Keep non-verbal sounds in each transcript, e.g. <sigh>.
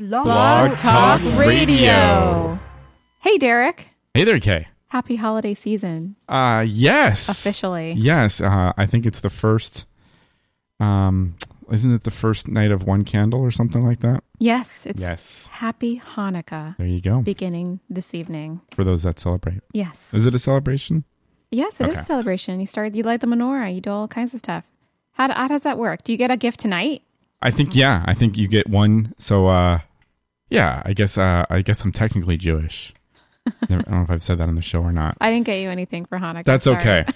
Blog, Blog Talk Radio. Hey, Derek. Hey there, Kay. Happy holiday season, Uh, yes. <laughs> officially. Yes. Uh, I think it's the first. Um, isn't it the first night of one candle or something like that? Yes, it's Yes. Happy Hanukkah There you go. beginning this evening. For those that celebrate, Yes. is it a celebration? Yes, it is Okay. a celebration. You start, you light the menorah, you do all kinds of stuff. How, how does that work? Do you get a gift tonight? I think yeah. I think you get one. So uh, yeah. I guess uh, I guess I'm <laughs> technically Jewish. Never- I don't know if I've said that on the show or not. I didn't get you anything for Hanukkah. That's sorry. <laughs> okay.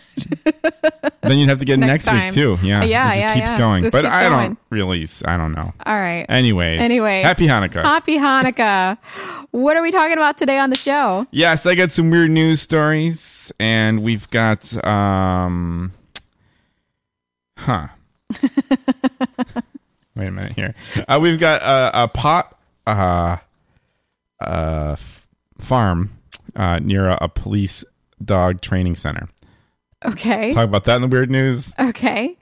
then you'd have to get Next next, time. week too. Yeah. Yeah, It just yeah, keeps yeah. going. Just but keep I going. don't really. I don't know. All right. Anyways. Anyway. Happy Hanukkah. Happy Hanukkah. what are we talking about today on the show? Yes, I got some weird news stories, and we've got um, huh. Wait a minute here. Uh, we've got a, a pot uh, uh, f- farm uh, near a, a police dog training center. Okay. Talk about that in the weird news. Okay.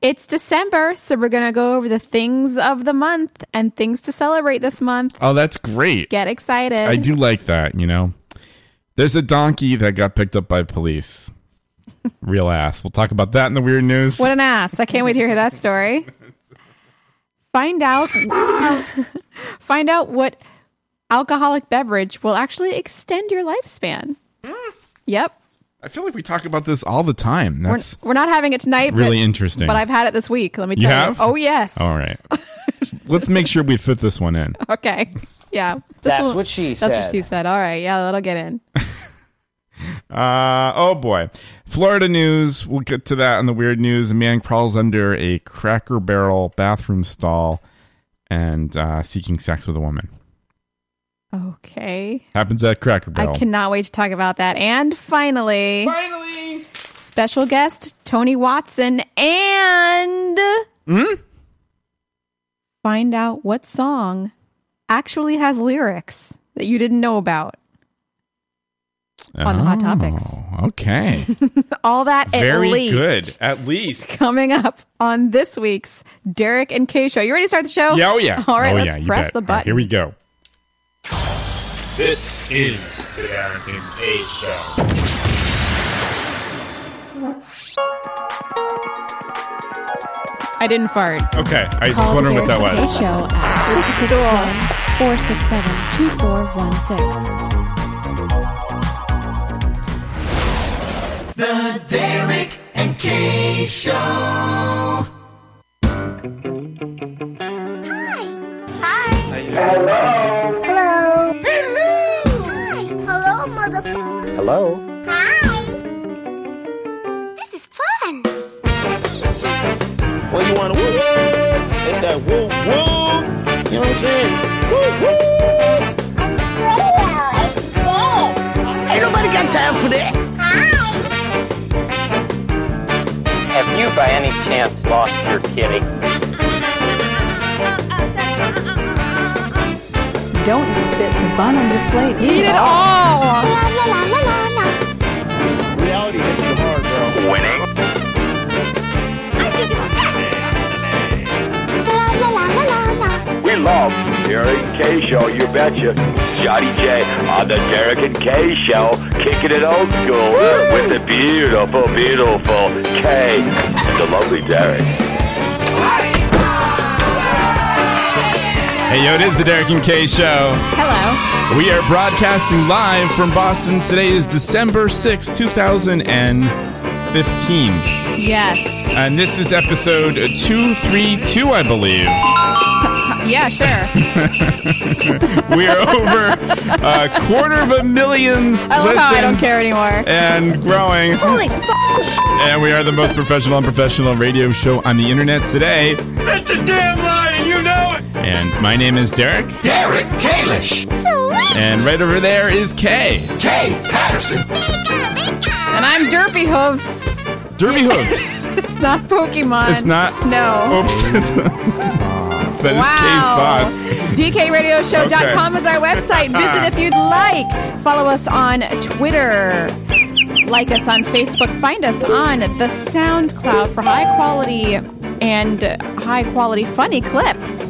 It's December, so we're going to go over the things of the month and things to celebrate this month. Oh, that's great. Get excited. I do like that. You know, there's a donkey that got picked up by police. Real ass. We'll talk about that in the weird news. What an ass. I can't wait to hear that story. Find out <laughs> find out what alcoholic beverage will actually extend your lifespan. Yep. I feel like we talk about this all the time. We're, That's we're not having it tonight, but- really interesting. but I've had it this week. Let me You tell have? you. Oh yes. <laughs> all right. Let's make sure we fit this one in. Okay. <laughs> Yeah. This That's one- what she That's what said. she said. All right. Yeah, that'll get in. Uh, oh boy, Florida news. We'll get to that on the weird news. A man crawls under a Cracker Barrel bathroom stall and uh, seeking sex with a woman. Okay. Happens at Cracker I Barrel. cannot wait to talk about that. And finally, finally, special guest Tony Watson and Hmm? find out what song actually has lyrics that you didn't know about. on the Hot Topics. Oh, Okay, All that <laughs> at very least good. At least. coming up on this week's Derek and Kay show. You ready to start the show? Yeah, oh yeah. All right, Oh, let's yeah, you press bet. the All right, button. here we go. This is the Derek and Kay Show. I didn't fart. Okay, I was Call wondering the what that Derek and was. Kay Show at 661 467 2416. Hello. Hello. Hello, motherfucker. Hello? Hi. This is fun. Well, you want to woo woo? It's that woo woo. You know what I'm saying? Woo woo. It's real. It's big. Ain't nobody got time for that. Hi. Have you by any chance lost your kitty? Don't leave bits of bun on your plate. Eat it all. La, la, la, la, la, la. Reality hits you hard, bro. I think it's best. La, la, la, la, la, la. We love Derek and Kay Show, you betcha. Johnny J on the Derek and Kay Show, kicking it old school with the beautiful, beautiful Kay and the lovely Derek. Hey, yo, it is the Derek and Kay Show. Hello. We are broadcasting live from Boston. Today is December sixth, two 2015. Yes. And this is episode 232, I believe. Yeah, sure. <laughs> We are <laughs> over a quarter of a million I love listens how I don't care anymore. and growing. Holy fuck. And we are the most professional and professional radio show on the internet today. That's a damn lie, and you know it. And my name is Derek. Derek Kalish. Sweet. And right over there is Kay. Kay Patterson. And I'm Derpy Hooves. Derby Hooves. It's not Pokemon. It's not. Uh, No. <laughs> Oops. <laughs> that wow. is Kay's thoughts. DKRadioshow.com Okay. is our <laughs> website. Visit if you'd like. Follow us on Twitter. Like us on Facebook. Find us on the SoundCloud for high quality and high quality funny clips.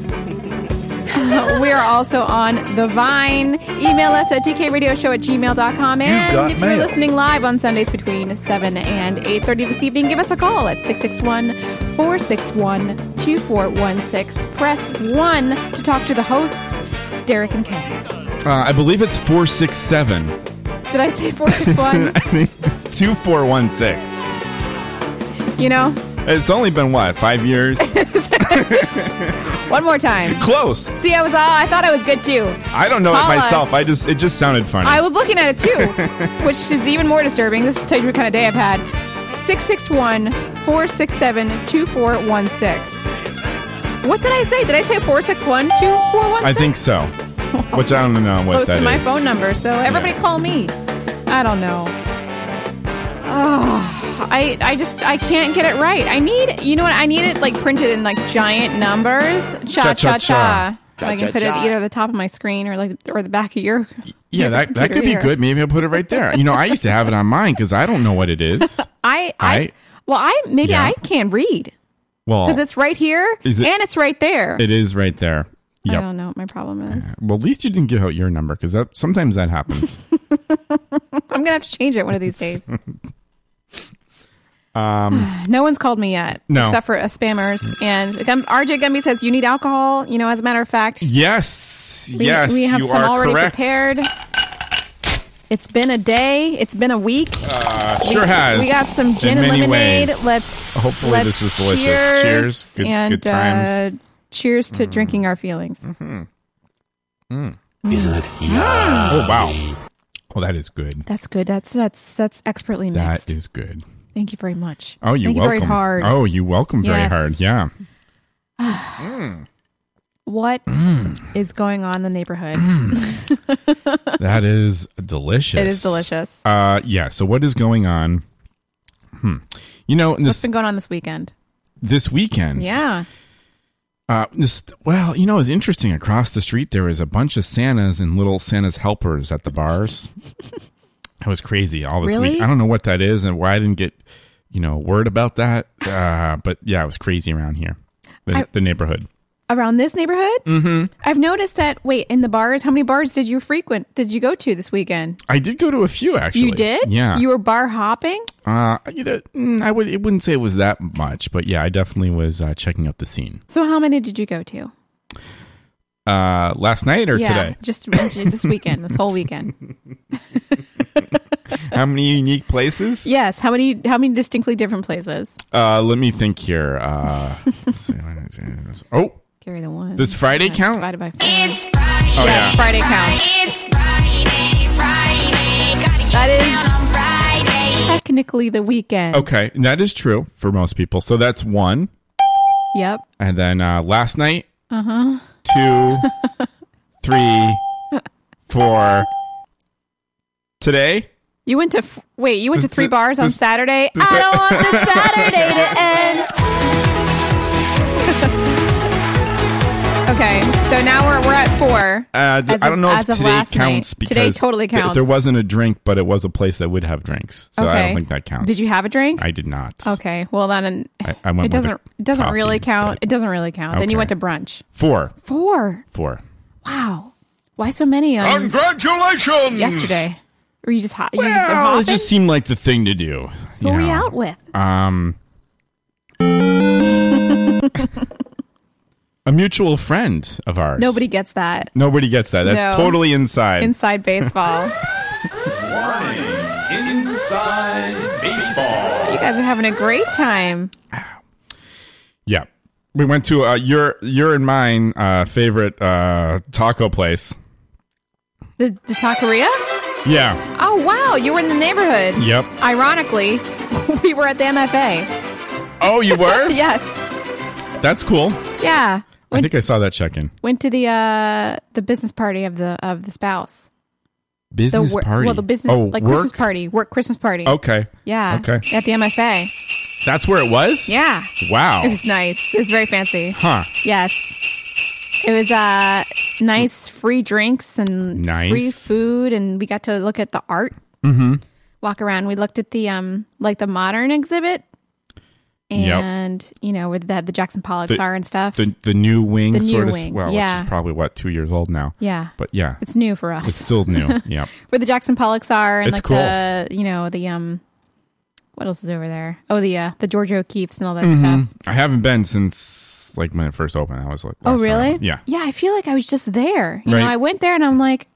we are also on The Vine. Email us at dkradioshow at gmail.com. And got if you're mail. listening live on Sundays between 7 and 8.30 this evening, give us a call at 661-461-2416. Press 1 to talk to the hosts, Derek and Kay. Uh, I believe it's 467. Did I say <laughs> 461? I think 2416. you know, It's only been what, five <laughs> years? one more time. Close. See, I was all, I thought I was good too. I don't know Call it us. myself. I just it just sounded funny. I was looking at it too, which is even more disturbing. This tells you what kind of day I've had. 661 467 2416. What did I say? Did I say 461 2416? I think <laughs> so. Which I don't know what Close that to is. my phone number, so everybody call me. I don't know. Oh, I, I just I can't get it right. I need you know what I need it like printed in like giant numbers. Cha cha Cha-cha-cha. cha. So I can put it Cha-cha-cha. either at the top of my screen or like or the back of your Yeah, that, that could be Computer. good. Maybe I'll put it right there. You know, I used to have it on mine because I don't know what <laughs> it is. I I I- well I maybe Yeah. I can't read Well, because it's right here Is it- and it's right there. it is right there. I Yep. don't know what my problem is. Well, at least you didn't give out your number because that sometimes that happens. I'm gonna have to change it one of these days. <laughs> um, <sighs> No one's called me yet, No. except for uh, spammers. And Gum- RJ Gumby says you need alcohol. You know, as a matter of fact, yes, we, yes, we have you some are already correct. prepared. It's been a day. It's been a week. Uh, sure has. We got some in gin and many lemonade. ways. Let's Hopefully let's this is delicious. Cheers, Cheers. Good- and good times. Mm. Mm-hmm. Uh, cheers to drinking our feelings. Isn't it? Oh wow. Oh, that is good. That's good. That's that's that's expertly mixed. That is good. Thank you very much. Oh, you Thank welcome. You very hard. Oh, you welcome very Yes. <laughs> hard. Yeah. What is Mm. going on in the neighborhood? That is delicious. It is delicious. Uh, yeah. So what is going on? Hmm. You know, in What's this been going on this weekend? this weekend. Yeah. Uh, this well, you know, it's interesting. Across the street, there was a bunch of Santas and little Santa's helpers at the bars. that was crazy. All this Really? week, I don't know what that is and why I didn't get you know word about that. Uh, but yeah, it was crazy around here, the, I- the neighborhood. Around this neighborhood? Mm-hmm. I've noticed that. Wait, in the bars, how many bars did you frequent? Did you go to this weekend? I did go to a few actually. you did? Yeah. You were bar hopping? Uh, you know, mm, I would. It wouldn't say it was that much, but yeah, I definitely was uh, checking out the scene So, how many did you go to? uh, last night or yeah, <laughs> today. just this weekend, this whole weekend. How many unique places? Yes. How many? How many distinctly different places? Uh, let me think here. Uh, <laughs> <laughs> let's see. oh, Carry the one. Does Friday Yeah, count? Divided by four. oh yeah. Friday counts. It's Friday, Friday. Gotta get That is on Friday. technically the weekend. Okay, and that is true for most people. So that's one, Yep. and then uh, last night, uh-huh. two, three, four. Today, You went to f- wait. You went Does- to three does- bars on does- Saturday. does I that- don't want <laughs> this Saturday to end. okay, so now we're we're at four. uh, th- As I of- don't know if as of today last night. counts because Today totally th- counts. there wasn't a drink, but it was a place that would have drinks, so I Okay. don't think that counts. Did you have a drink? I did not. okay, well then I, I went. it with a doesn't it doesn't coffee really count. instead. It doesn't really count. Then you Okay. went to brunch. Four, Four. four. Wow. Why so many on Congratulations. yesterday? Were you just hot? you just Well, hopping? it just seemed like the thing to do. you Who were you know. out with? Um, a mutual friend of ours. Nobody gets <laughs> that Nobody gets that. That's No. totally inside. inside baseball. Inside baseball. you guys are having a great time. yeah. We went to uh, your your and mine uh, favorite uh, taco place. The the taqueria. Yeah. Oh wow, you were in the neighborhood. Yep. Ironically, <laughs> we were at the MFA. <laughs> Oh, you were? Yes. That's cool. Yeah. I think I saw that check in. Went to the uh the business party of the of the spouse. The Business wor- party. Well, the business Oh, like work? Christmas party, work Christmas party. Okay. Yeah. Okay. At the MFA. That's where it was? Yeah. Wow. It was nice. It was very fancy. Huh. Yes. It was uh nice free drinks and Nice. free food and we got to look at the art, Mm-hmm. walk around. We looked at the um like the modern exhibit Yep. and you know where the, the Jackson Pollocks The- are and stuff. The the new wing The new sort of wing, well, which yeah. is probably what, two years old now. yeah. But yeah. It's new for us. It's <laughs> still new. yeah. where the Jackson Pollocks are and It's like the you know the um what else is over there? Oh the uh the Georgia O'Keeffe's and all that stuff. Mhm. I haven't been since like when it first opened. I was like, Oh last time I really? went. Yeah. Yeah, I feel like I was just there. You Right. know, I went there and I'm like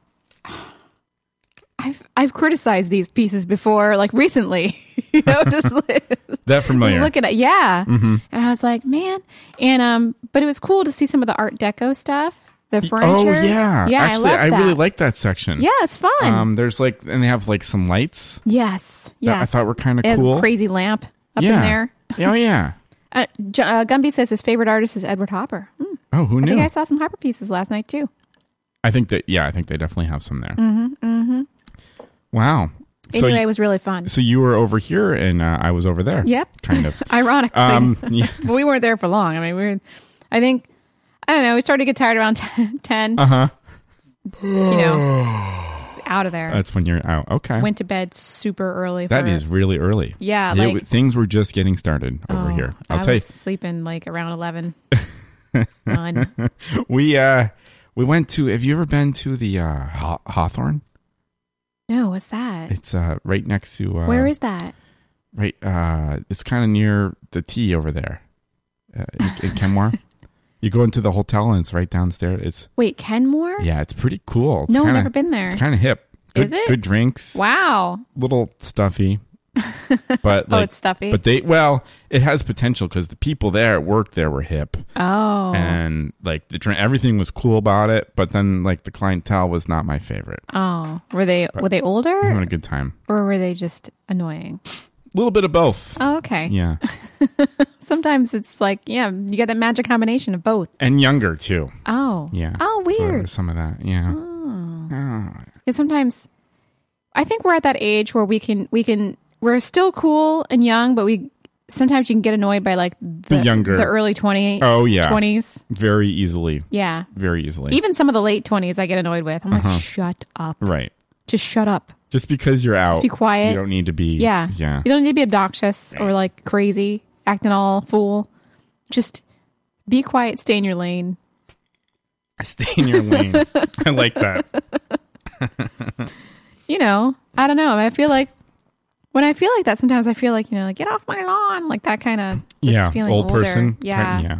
I've I've criticized these pieces before, like recently. <laughs> you <laughs> know, just like- That familiar. looking at yeah. Mhm. And I was like, man. And um but it was cool to see some of the art deco stuff, the Oh furniture. yeah. Yeah, Actually I, loved really that. like that section. Yeah, it's fun. Um there's like and they have like some lights. yes. that I Yes. thought were kinda It has a cool. Crazy lamp up yeah. in there. <laughs> oh yeah. Uh, J- uh, Gumby says his favorite artist is Edward Hopper. Hmm. Oh, who I knew? think I saw some Hopper pieces last night too. I think that yeah, I think they definitely have some there. Mm-hmm, mm-hmm. Wow. So Anyway, you- it was really fun. so you were over here and uh, I was over there. Yep. <laughs> Kind of. Ironically, Um, <laughs> yeah. but we weren't there for long. I mean, we were. I think I don't know. We started to get tired around <laughs> 10, Uh huh. You <sighs> know, out of there. That's when you're out. Okay. Went to bed super early. Uh, that for, is really early. Yeah, It like- w- things were just getting started over Oh, here. I I'll tell was sleeping like around <laughs> eleven. None. you. We uh we went to. Have you ever been to the uh, Haw- Hawthorne? No, what's that? It's uh right next to. Uh, Where is that? right? Uh, it's kind of near the T over there, uh, <laughs> in, in Kenmore. you go into the hotel and it's right downstairs. It's Wait, Kenmore? yeah, it's pretty cool. It's No, I've kinda- never been there. It's kind of hip. Good, Is it? Good drinks. Wow. little <laughs> stuffy. But Oh, like, it's stuffy? But they well, it has potential because the people there at work there were hip, Oh. and like the drink, everything was cool about it. But then like the clientele was not my favorite. Oh, were they uh, were they Having a older good time, or were they just annoying? a little bit of both. Oh, okay. Yeah, Sometimes it's like, yeah, you got that magic combination of both. and younger too. Oh. Yeah. Oh, So there weird. was some of that. Yeah. Oh. And sometimes I think we're at that age where we can we can we're still cool and young, but we sometimes you can get annoyed by like the, younger- the early 20 Oh, yeah. 20s. Very easily. Yeah. Very easily. Even some of the late 20s I get annoyed with. I'm Uh-huh. like, "Shut up. right. Just shut up." Just because you're out, be quiet. You don't need to be. Yeah. Yeah. You don't need to be obnoxious or like crazy, acting all fool. Just be quiet, stay in your lane. <laughs> Stay in your lane. I <laughs> like that. You know, I don't know. I feel like when I feel like that, sometimes I feel like, you know, like get off my lawn, like that kind of yeah. feeling Old older. person. Yeah. Yeah.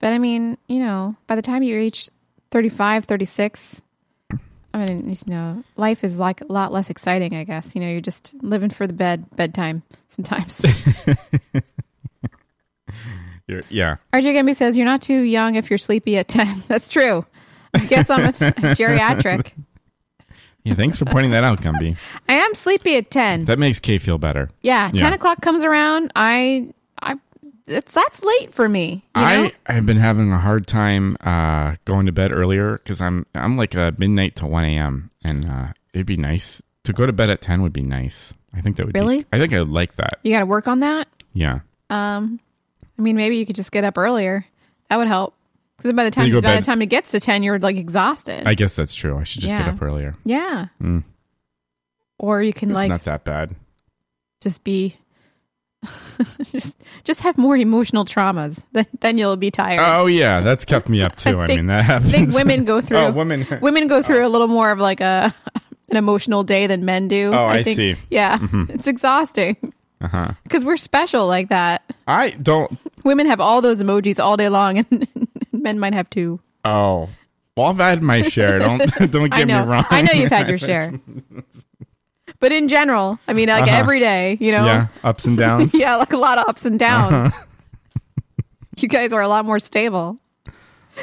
But I mean, you know, by the time you reach 35, 36, I mean, you know, life is like a lot less exciting, I guess. You know, you're just living for the bed bedtime <laughs> sometimes. You're- yeah. RJ Gamby says, You're not too young if you're sleepy at 10. <laughs> That's true. I guess I'm a <laughs> geriatric. Yeah. Thanks for pointing that out, Gumby. I am sleepy at 10. That makes Kay feel better. yeah, 10 yeah. o'clock comes around. I, I, it's, that's late for me. You know? I have been having a hard time uh, going to bed earlier because I'm I'm like uh, midnight to one a.m. and uh, it'd be nice to go to bed at ten would be nice. I think that would be- Really? I think I would like that. you got to work on that. Yeah. Um, I mean, maybe you could just get up earlier. That would help. Because by the Then time you go by bed. the time it gets to ten, you're like exhausted. I guess that's true. I should just get Yeah. up earlier. yeah. Mm. Or you can It's like not that bad. just be <laughs> just just have more emotional traumas. Then then you'll be tired. Oh yeah, that's kept me up too. I, think- mean <laughs> that I <laughs> happens. think women go through Oh, women. <laughs> women go through a little more of like a <laughs> an emotional day than men do. Oh, I think. see. Mm-hmm. Yeah, <laughs> it's exhausting Uh huh. because we're special like that. I don't. Women have all those emojis all day long, <laughs> and men might have two. Oh, well, I've had my <laughs> share. Don't <laughs> don't I get me know. wrong. I know <laughs> you've had your share. But in general, I mean, like Uh-huh. every day, you know, Yeah, ups and downs. <laughs> Yeah, like a lot of ups and downs. <laughs> you guys are a lot more stable,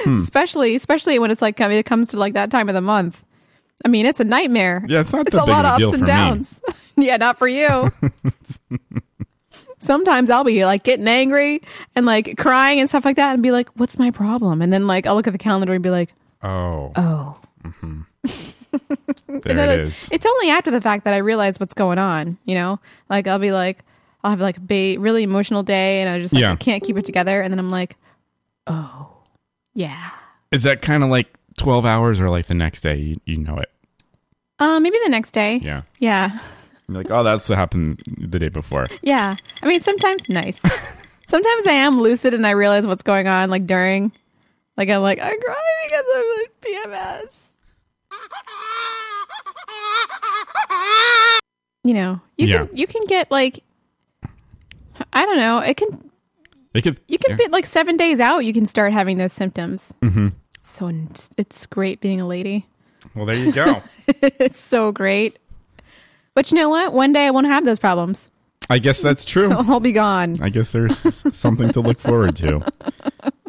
especially especially when it's like coming it comes to like that time of the month. I mean, it's a nightmare. Yeah, it's not it's that a <laughs> big lot of a of deal ups and for me. downs. yeah, not for you. sometimes I'll be like getting angry and like crying and stuff like that and be like, what's my problem? And then like I'll look at the calendar and be like, Oh. oh. There And then it it- is. It's only after the fact that I realize what's going on, you know? Like I'll be like, I'll have like a ba- really emotional day and I just like, Yeah. I can't keep it together. And then I'm like, oh, yeah. Is that kind of like 12 hours or like the next day? You, you know it. Uh, maybe the next day. Yeah. Yeah. You're like, oh, that's what happened the day before. Yeah. I mean, sometimes <laughs> nice. sometimes I am lucid and I realize what's going on, like during, like I'm like, I'm crying because I'm like PMS. You know, you Yeah. can you can get like, I don't know. It can They could, you can be like seven days out. You can start having those symptoms. hmm So it's, it's great being a lady. Well, there you <laughs> go. it's so great. But you know what? One day I won't have those problems. I guess that's true. I'll be gone. I guess there's s- something to look forward to.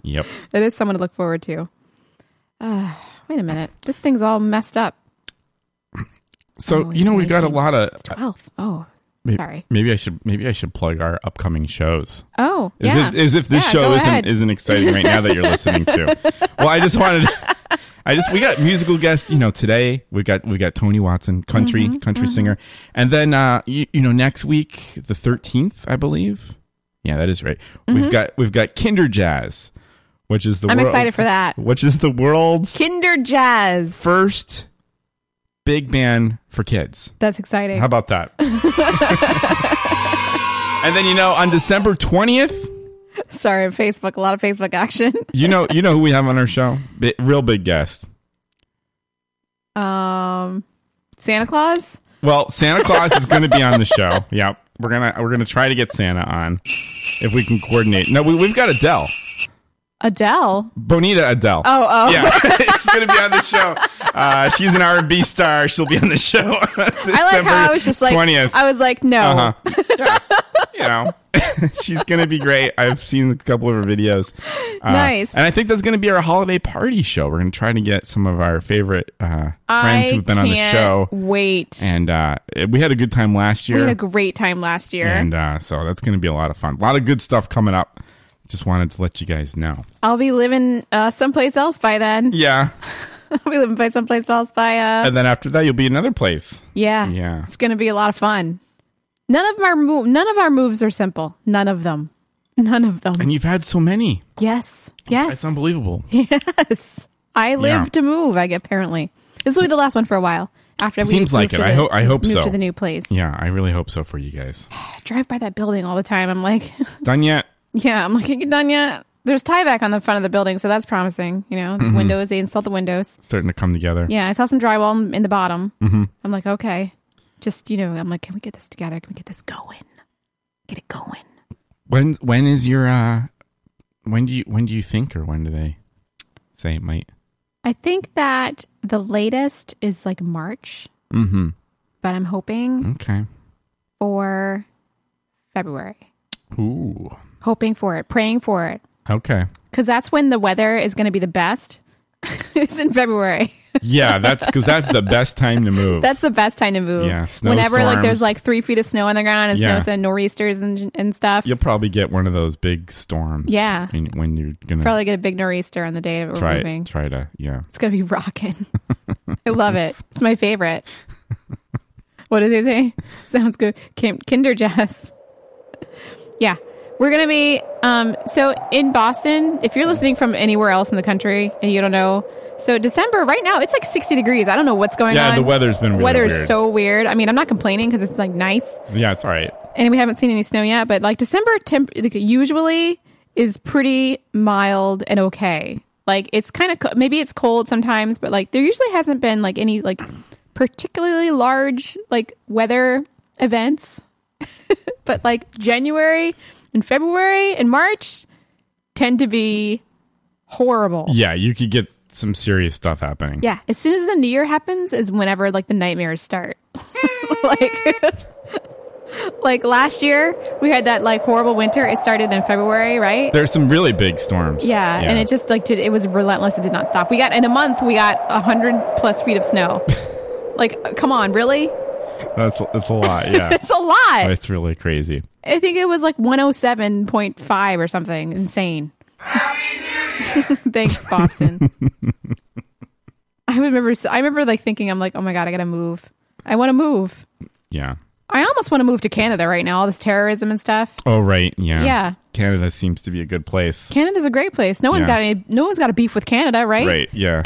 Yep. That is someone to look forward to. <sighs> Uh, wait a minute. This thing's all messed up. So, Oh, you know, we've got a yeah. lot of. uh, 12th. Oh, may- sorry. Maybe I should maybe I should plug our upcoming shows. Oh, As, yeah. if, as if this Yeah, show go isn't ahead. isn't exciting right now that you're <laughs> listening to. Well, I just wanted, I just we got musical guests. You know, today we got we got Tony Watson, country Mm-hmm, country singer, and then uh, you, you know next week the thirteenth, I believe. Yeah, that is right. We've got we've got Kinder Jazz, which is the Mm-hmm. I'm world's- excited for that. Which is the world's Kinder Jazz. first big band for kids. That's exciting. How <laughs> about that? <laughs> and then you know on December twentieth. Sorry, Facebook. A lot of Facebook action. <laughs> You know, you know who we have on our show? Bi- real big guest. Um, Santa Claus. Well, Santa Claus is going to be on the show. Yeah, we're gonna we're gonna try to get Santa on if we can coordinate. No, we, we've got Adele, Adele. Bonita Adele. Oh, oh. yeah, <laughs> she's going to be on the show. Uh, she's an R and B star. She'll be on the show. <laughs> on I like how I was just like, twentieth. I was like, no. Uh <laughs> huh. Yeah. You know, <laughs> she's going to be great. I've seen a couple of her videos. Uh, Nice. And I think that's going to be our holiday party show. We're going to try to get some of our favorite uh, I friends who've been on the can't show. Wait. And uh, it- we had a good time last we year. had a great time last year. and uh, so that's going to be a lot of fun. A lot of good stuff coming up. Just wanted to let you guys know. I'll be living uh, someplace else by then. <laughs> Yeah. I'll be living by someplace else by uh, And then after that, you'll be another place. Yeah. Yeah. It's going to be a lot of fun. None of our mo- none of our moves are simple. None of them. None of them. And you've had so many. yes. Yes. <laughs> It's unbelievable. Yes. I live Yeah. to move. I apparently this will be the last one for a while. After we Seems move like to it. I the- hope- I hope move so. to the new place. Yeah, I really hope so for you guys. I drive by that building all the time. I'm like, <laughs> Done yet? yeah. I'm like, are you done yet? There's tieback on the front of the building, so that's promising. You know, it's Mm-hmm. windows. They installed the windows. Starting to come together. Yeah, I saw some drywall in- in the bottom. Mm-hmm. I'm like, okay, just you know, I'm like, can we get this together? Can we get this going? Get it going. When when is your uh when do you when do you think or when do they say it might? I think that the latest is like March, Mm-hmm. but I'm hoping Okay. for February. Ooh. Hoping for it, praying for it, Okay. because that's when the weather is going to be the best. <laughs> it's in February. Yeah, that's because that's the best time to move. That's the best time to move. Yeah, Whenever like snowstorms. there's like three feet of snow on the ground and Yeah. snows and nor'easters and and stuff, You'll probably get one of those big storms. Yeah. in- when you're gonna probably get a big nor'easter on the day that we're try moving. try to yeah. It's gonna be rocking. <laughs> I love it. It's my favorite. What does it say? <laughs> Sounds good. Kim- Kinder Jazz. Yeah, we're gonna be. Um, so in Boston, if you're listening from anywhere else in the country and you don't know, so December right now it's like 60 degrees. I don't know what's going Yeah, on. the weather's been really weather's weird. so weird. I mean, I'm not complaining because it's like nice Yeah, it's all right. and we haven't seen any snow yet. But like December temp, like, usually is pretty mild and okay. Like it's kind of co- maybe it's cold sometimes, but like there usually hasn't been like any like particularly large like weather events. <laughs> but like January and February and March tend to be horrible. Yeah, you could get some serious stuff happening. Yeah, as soon as the new year happens is whenever like the nightmares start. <laughs> like <laughs> like last year we had that like horrible winter. It started in February, right? There's some really big storms. yeah, and it just like did, it was relentless. It did not stop. We got in a month we got 100 plus feet of snow. like come on, really? That's it's a <laughs> lot. Yeah, it's a lot. It's really crazy. I think it was like 107.5 or something insane. <laughs> Thanks, <laughs> Boston. I remember. I remember like thinking, I'm like, oh my god, I gotta move. I want to move. Yeah. I almost want to move to Canada right now. All this terrorism and stuff. Oh right. Yeah. Yeah. Canada seems to be a good place. Canada's a great place. No one's Yeah. got any. No one's got a beef with Canada, right? Right. <laughs> Yeah.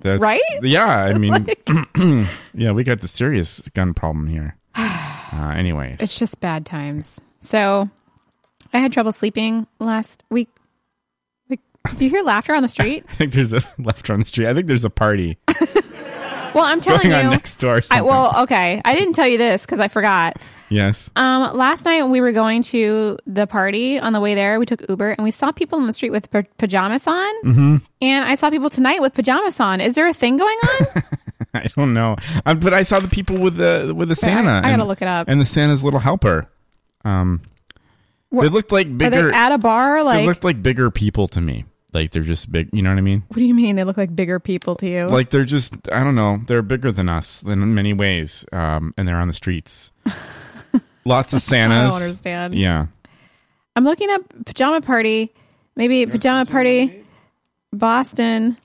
That's, Right? Yeah. I <laughs> mean, <clears throat> yeah, we got the serious gun <sighs> problem here. Uh, anyways, It's just bad times. So, I had trouble sleeping last week. Like, do you hear laughter on the <laughs> street? I think there's a left on the street. I think there's <laughs> a party Well, I'm telling going you. on next door. or I, something. well, okay. I didn't tell you this because I forgot. yes. <laughs> Um, last night when we were going to the party on the way there, we took Uber and we saw people in the street with pa- pajamas on, hmm and I saw people tonight with pajamas on. Is there a thing going <laughs> on? I don't know, um, but I saw the people with the with the I- Santa. I gotta and- look it up. And the Santa's little helper. Um, Wha- they looked like Are bigger. they at a bar? they Like, looked like bigger people to me. Like they're just big. You know what I mean? what do you mean they look like bigger people to you? <laughs> Like they're just. I don't know. They're bigger than us in many ways. Um, and they're on <laughs> the streets. Lots of Santas. I don't understand. Yeah. I'm looking up pajama party. Maybe pajama party, Boston,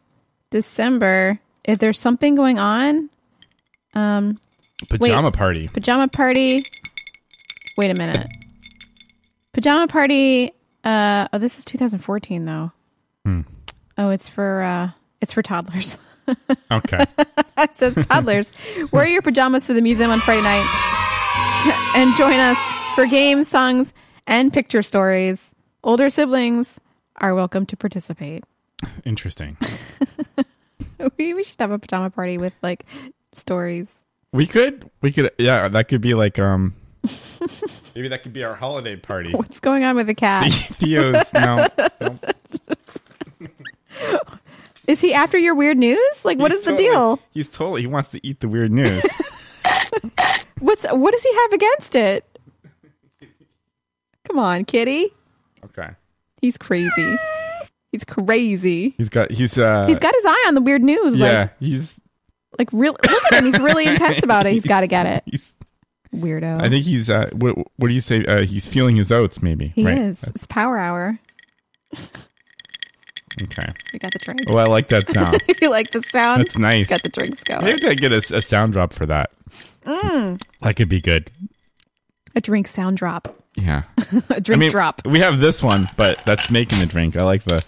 December. If there's something going on, um, Pajama party. pajama party. Wait a minute. Pajama party. Uh, oh, this is 2014 though. Hmm. Oh, it's for uh, it's for toddlers. <laughs> Okay. it says <laughs> toddlers. Wear your pajamas to the museum on Friday night <laughs> and join us for games, songs, and picture stories. Older siblings are welcome to participate. <laughs> Interesting. We, we should have a pajama party with like stories. We could. We could. Yeah. That could be like. <laughs> Um. maybe that could be our holiday party. <laughs> What's going on with the cat? Theo's no. no. Is he after your weird news? Like, <laughs> what He's is the totally- deal? He's totally. He wants to eat the <laughs> weird news. What's what does he have against it? Come on, kitty. okay. He's crazy. He's crazy. He's got. He's. uh He's got his eye on the weird news. Yeah. he's. Like, like really, look at him. He's really intense about it. He's got to get it. He's. Weirdo. I think he's. Uh, what, what do you say? Uh, he's feeling his oats, maybe. he right? is. It's power hour. Okay. We got the drinks. Oh, I like that sound. <laughs> you like the sound? That's nice. Got the drinks going. Maybe I get a, a sound drop for that. Mm, That could be good. a drink sound drop. <laughs> Yeah. a drink drop. We have this one, but that's making the drink. I like the.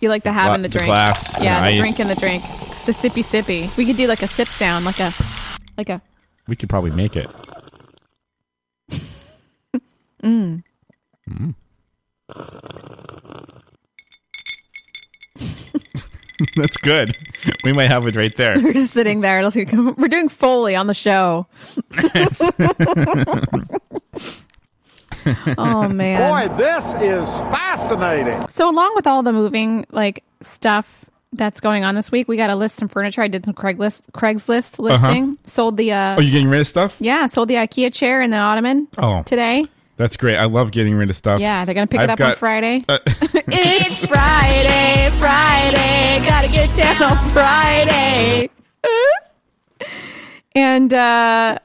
You like the having the gla- the drink. glass and Yeah, the the ice. drink and the drink. The sippy sippy. We could do like a sip sound, like a like a We could probably make it. <laughs> mm. <laughs> that's good. We might have it right <laughs> there. We're just sitting there. Let's see- <laughs> We're doing Foley on the show. <laughs> oh man. Boy, this is fascinating. So, along with all the moving like stuff that's going on this week, we got a list some furniture. I did some Craigslist Craigslist listing. Sold the uh, Are Uh-huh. Oh, you getting rid of stuff? yeah, sold the IKEA chair and the ottoman Oh. today. That's great. I love getting rid of stuff. Yeah, they're gonna pick I've it up on got- Friday. Uh, <laughs> it's Friday, Friday, gotta get down on Friday. <laughs> and uh,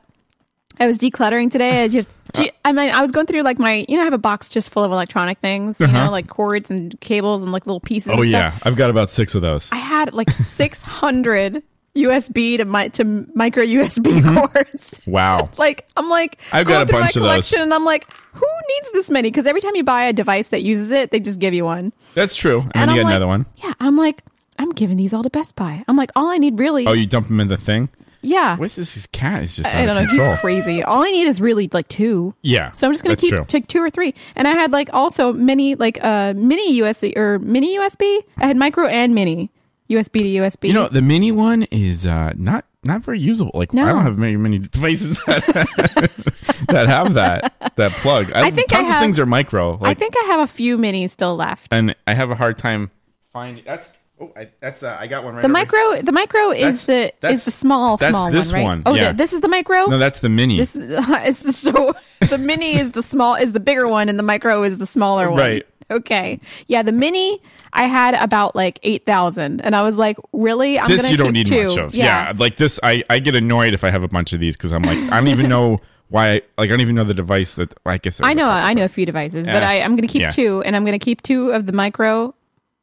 I was decluttering today. I just, do- I mean, I was going through like my, you know, I have a box just full of electronic things, you Uh-huh. know, like cords and cables and like little pieces. oh and stuff. yeah, I've got about six of those. I had <laughs> like 600 USB to my to micro USB cords. Mm-hmm. Wow. <laughs> Like I'm like I've going got a through bunch my of those. collection and I'm like, who needs this many? Because every time you buy a device that uses it, they just give you one. That's true. And, And then you I'm get like, another one. Yeah, I'm like, I'm giving these all to Best Buy. I'm like, all I need really, Oh, you dump them in the thing. yeah. What's this? His cat is just. Out I don't know. of Control. He's crazy. All I need is really like two. Yeah. So I'm just gonna that's keep True. take two or three. And I had like also mini like uh mini USB or mini USB. I had micro and mini USB to USB. you know, the mini one is uh, not not very usable. Like No. I don't have many many devices that <laughs> that have that that plug. I, think I tons have- of things are micro. Like, I think I have a few minis still left. and I have a hard time finding. That's oh, I, that's uh, I got one right. The over- micro, the micro is That's- the is that's- the small that's small this one, right? one, Oh, yeah. th- this is the micro. No, that's the <laughs> mini. this is, it's just so the mini is the small is the bigger one, and the micro is the smaller one. right. Okay. Yeah, the mini I had about like 8,000 and I was like, "Really? I'm this gonna you don't need keep two. much of. Yeah. like this, I I get annoyed if I have a bunch of these because I'm like I don't even know why. Like I don't even know the device that I guess I know I know a few devices, but Yeah. I, I'm gonna keep Yeah. two and I'm gonna keep two of the micro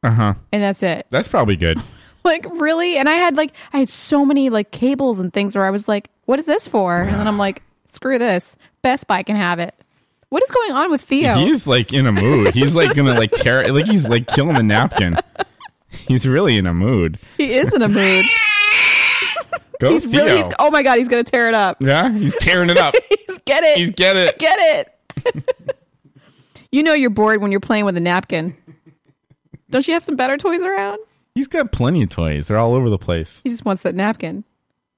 Uh huh. and that's it. That's probably good. Like really? And I had like I had so many like cables and things where I was like, What is this for? And then I'm like, screw this. Best Buy can have it. What is going on with Theo? He's like in a mood. He's like gonna like tear. Like he's like killing the napkin. He's really in a mood. he is in a mood. Go he's <laughs> Theo. really he's, oh my god, he's gonna tear it up. yeah, he's tearing it up. <laughs> He's get it. He's get it. Get it. <laughs> you know you're bored when you're playing with a napkin. Don't you have some better toys around? He's got plenty of toys. They're all over the place. He just wants that napkin.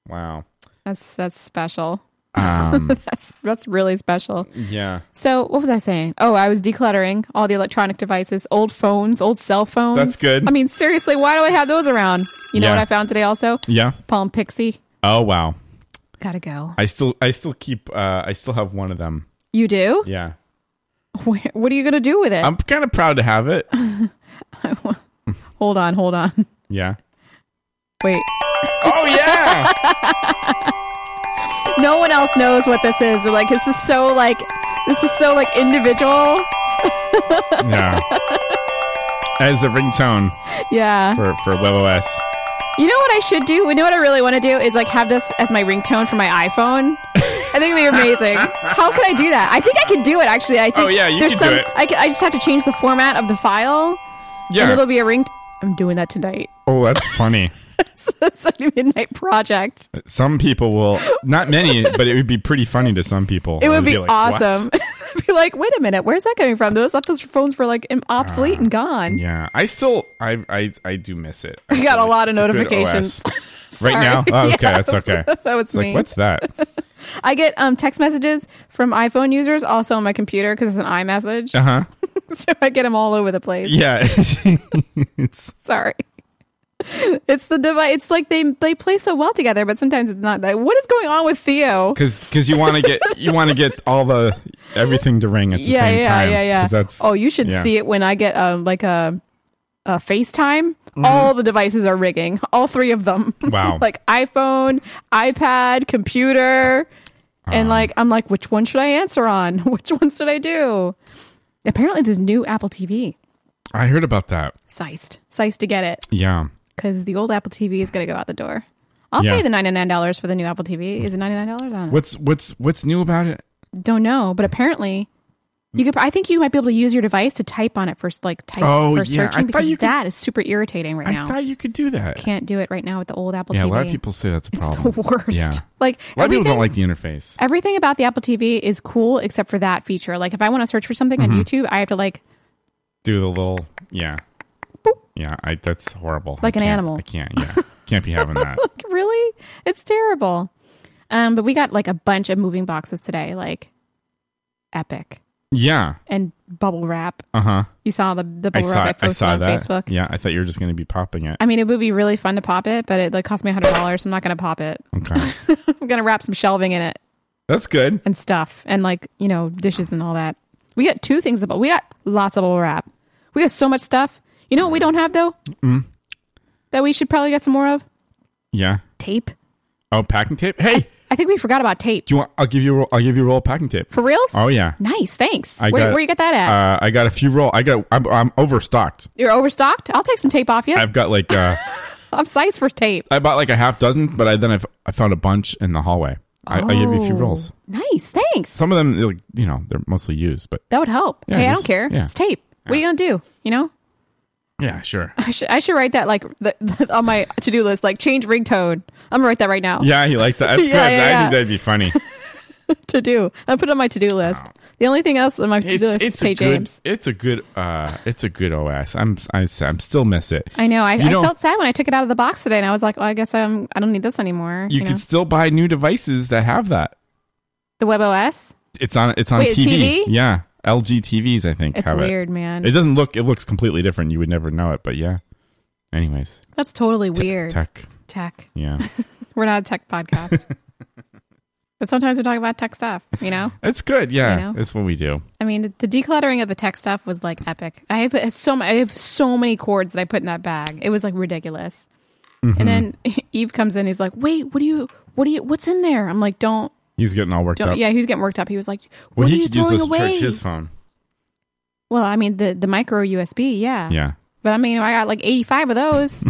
Wow. That's that's special. <laughs> Um. That's that's really special. Yeah. So what was I saying? Oh, I was decluttering all the electronic devices, old phones, old cell phones. That's good. I mean, seriously, why do I have those around? You know Yeah. what I found today also? Yeah. Palm Pixie. Oh wow. Gotta go. I still I still keep uh I still have one of them. You do? Yeah. Where, what are you gonna do with it? I'm kind of proud to have it. hold on, hold on. <laughs> Yeah. Wait. Oh yeah. No one else knows what this is. They're Like this is so like this is so like individual. <laughs> yeah. As the ringtone Yeah. for for WebOS. You know what I should do? You know what I really want to do is like have this as my ringtone for my iPhone. I think it'd be amazing. How could I do that? I think I could do it actually. I think Oh, yeah, you there's could do some it. I, could, I just have to change the format of the file and it'll Yeah. be a ring I'm doing that tonight. <laughs> Oh, that's funny. it's like a midnight project. Some people will not <laughs> many, but it would be pretty funny to some people. It would They'd be, like, "What?" awesome. <laughs> be like, wait a minute, where's that coming from? Those those phones were like obsolete and gone. Yeah. I still I I I do miss it. I We got a lot of It's good notifications. <laughs> OS. right now? Sorry. Oh, okay, Yes. that's okay. <laughs> that was It's like me. what's that? I get um, text messages from iPhone users also on my computer because it's an iMessage. Uh-huh. <laughs> so I get them all over the place. Yeah. <laughs> it's Sorry. It's the device. It's like they they play so well together, but sometimes it's not. Like, what is going on with Theo? because because you want to get you want to get all the everything to ring at the Yeah, same yeah, time. yeah, yeah. 'cause That's oh, you should yeah. see it when I get um like a a FaceTime. All the devices are rigging. All three of them. Mm-hmm. Wow. <laughs> like iPhone, iPad, computer, Ah. and like I'm like, which one should I answer on? <laughs> Which ones should I do? Apparently, there's new Apple TV. I heard about that. Sized, sized to get it Yeah, because the old Apple TV is gonna go out the door. I'll Yeah. pay the ninety nine dollars for the new Apple TV. Is it ninety nine dollars? on? what's what's what's new about it? Don't know, but apparently you could. I think you might be able to use your device to type on it for s- like type Oh, for yeah. I searching thought because you could- that is super irritating right I now. thought you could do that. Can't do it right now with the old Apple yeah, TV. a lot of people say that's a it's problem. the worst. Yeah, <laughs> Like a lot of people everything- don't like the interface. everything about the Apple TV is cool except for that feature. Like if I want to search for something Mm-hmm. on YouTube, I have to like <laughs> Do the little yeah, yeah. I that's horrible. I Like an can't- animal. I can't. Yeah, can't be <laughs> having that. like really? It's terrible. Um, but we got like a bunch of moving boxes today, like epic Yeah. and bubble wrap. Uh huh. You saw the the I bubble saw. wrap I I posted saw on that. Facebook. Yeah. I thought you were just going to be popping it. I mean, it would be really fun to pop it, but it like cost me hundred dollars. I'm not gonna pop it. <laughs> Okay. I'm gonna wrap some shelving in it that's good. and stuff, and like you know dishes and all that. We got two things about. We got lots of bubble wrap. We got so much stuff. You know what we don't have though? Mm. That we should probably get some more of Yeah. tape. Oh, packing tape. Hey, do I think we forgot about tape. you want? I'll give you. a roll- I'll give you a roll of packing tape. For reals? Oh yeah. nice. Thanks. I Where, got- where you got that at? Uh, I got a few roll. I got. I'm, I'm overstocked. You're overstocked. I'll take some tape off you. i I've got like. Uh, am sized for tape. I bought like a half dozen, but I then I've, I found a bunch in the hallway. I, I gave you a few Oh, rolls. Nice. Thanks. Some of them, like, you know, they're mostly used, but that would help. Yeah, hey, I just- don't care. yeah. It's tape. What are you gonna do? You know. yeah, sure. I should, I should write that like the, the, on my to do list, like change ringtone. I'm gonna write that right now. <laughs> Yeah, you like that. Yeah, That's good. yeah, I yeah. think that'd be funny. <laughs> To do. I put it on my to do list. The only thing else on my to It's do list it's is Tay a good James. it's a good uh it's a good OS. I'm I, I'm still miss it. I know. I, You I know- felt sad when I took it out of the box today, and I was like, well, I guess I'm I don't need this anymore. You know? can still buy new devices that have that. the web OS. It's on it's on Wait, TV. TV? Yeah, LG TVs I think It's have weird, it. man. It doesn't look. It looks completely different. You would never know it, but yeah. Anyways, That's totally weird. tech. <laughs> Tech. Yeah. <laughs> We're not a tech podcast. But sometimes we talk about tech stuff, you know? It's good. Yeah. You know? It's what we do. I mean, the decluttering of the tech stuff was like epic. I put so ma- I have so many cords that I put in that bag. It was like ridiculous. And then <laughs> Eve comes in. He's like, "Wait, what do you? What do you? What's in there?" I'm like, "Don't, He's getting all worked don't." up. Yeah, he was getting worked up. He was like, "What Well, are he you could use throwing this to away?" charge his phone. Well, I mean, the the micro USB, yeah. Yeah. But I mean, I got like 85 of <laughs> those.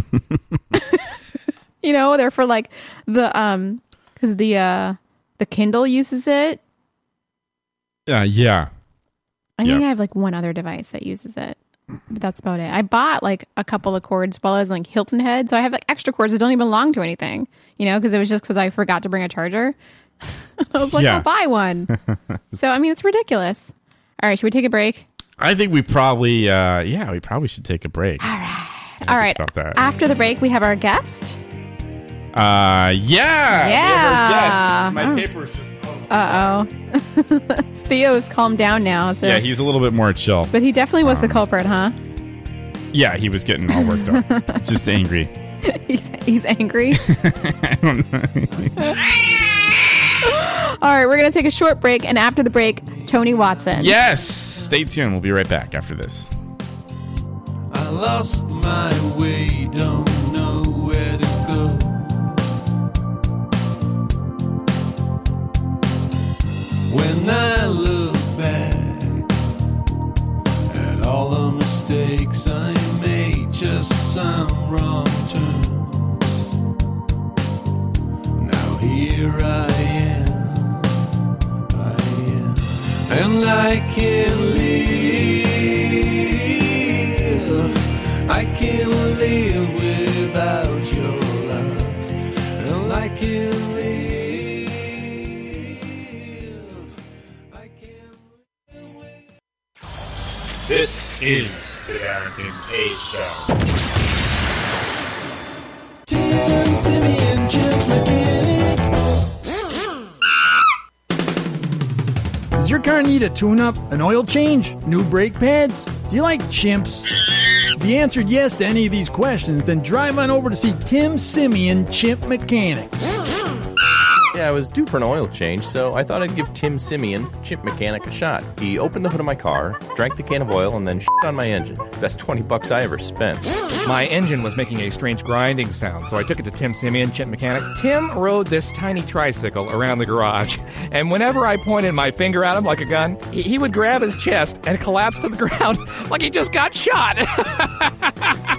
<laughs> you know, they're for like the um, because the uh, the Kindle uses it. Yeah. yeah. I think Yeah. I have like one other device that uses it. But that's about it. I bought like a couple of cords as well as like Hilton head. So I have like extra cords that don't even belong to anything, you know, because it was just because I forgot to bring a charger. <laughs> I was like, Yeah. I'll buy <laughs> one. so, I mean, it's ridiculous. All right. Should we take a break? I think we probably, uh, yeah, we probably should take a break. All right. All right. About that. After the break, we have our guest. Uh, yeah. Yeah. Oh. Yes. My paper's just. Uh oh. Theo's calmed down now. So. Yeah, Um, he's a little bit more chill. but he definitely was the culprit, huh? Yeah, he was getting all worked <laughs> up. just angry. he's, he's angry. <laughs> All right, we're going to take a short break, and after the break, Tony Watson. Yes. Stay tuned. We'll be right back after this. I lost my way, don't know where to go. When I look back at all the mistakes I made, just some wrong turns. Now here I am, I am, and I can't live. I can't live without your love, and I can't live. I can't. This is the Darrington K Show. Does your car need a tune up, an oil change, new brake pads? Do you like chimps? If you answered yes to any of these questions, then drive on over to see Tim Simeon, Chimp Mechanic. Yeah, I was due for an oil change, so I thought I'd give Tim Simeon, chip mechanic, a shot. He opened the hood of my car, drank the can of oil, and then shit on my engine. That's 20 bucks I ever spent. My engine was making a strange grinding sound, so I took it to Tim Simeon, chip mechanic. Tim rode this tiny tricycle around the garage, <laughs> and whenever I pointed my finger at him like a gun, he, he would grab his chest and collapse to the <laughs> ground like he just got shot. <laughs>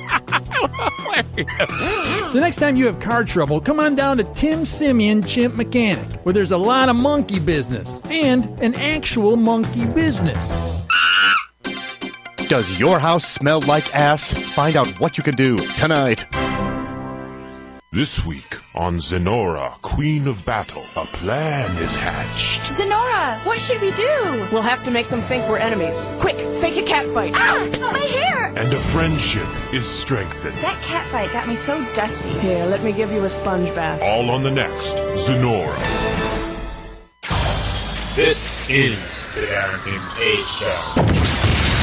So next time you have car trouble, come on down to Tim Simeon Chimp Mechanic, where there's a lot of monkey business and an actual monkey business. Does your house smell like ass? Find out what you can do tonight. This week on Zenora, Queen of Battle, a plan is hatched. Zenora, what should we do? We'll have to make them think we're enemies. Quick, fake a cat fight. Ah, my hair! And a friendship is strengthened. That cat fight got me so dusty. Here, let me give you a sponge bath. All on the next Zenora. This is the Darrington K Show.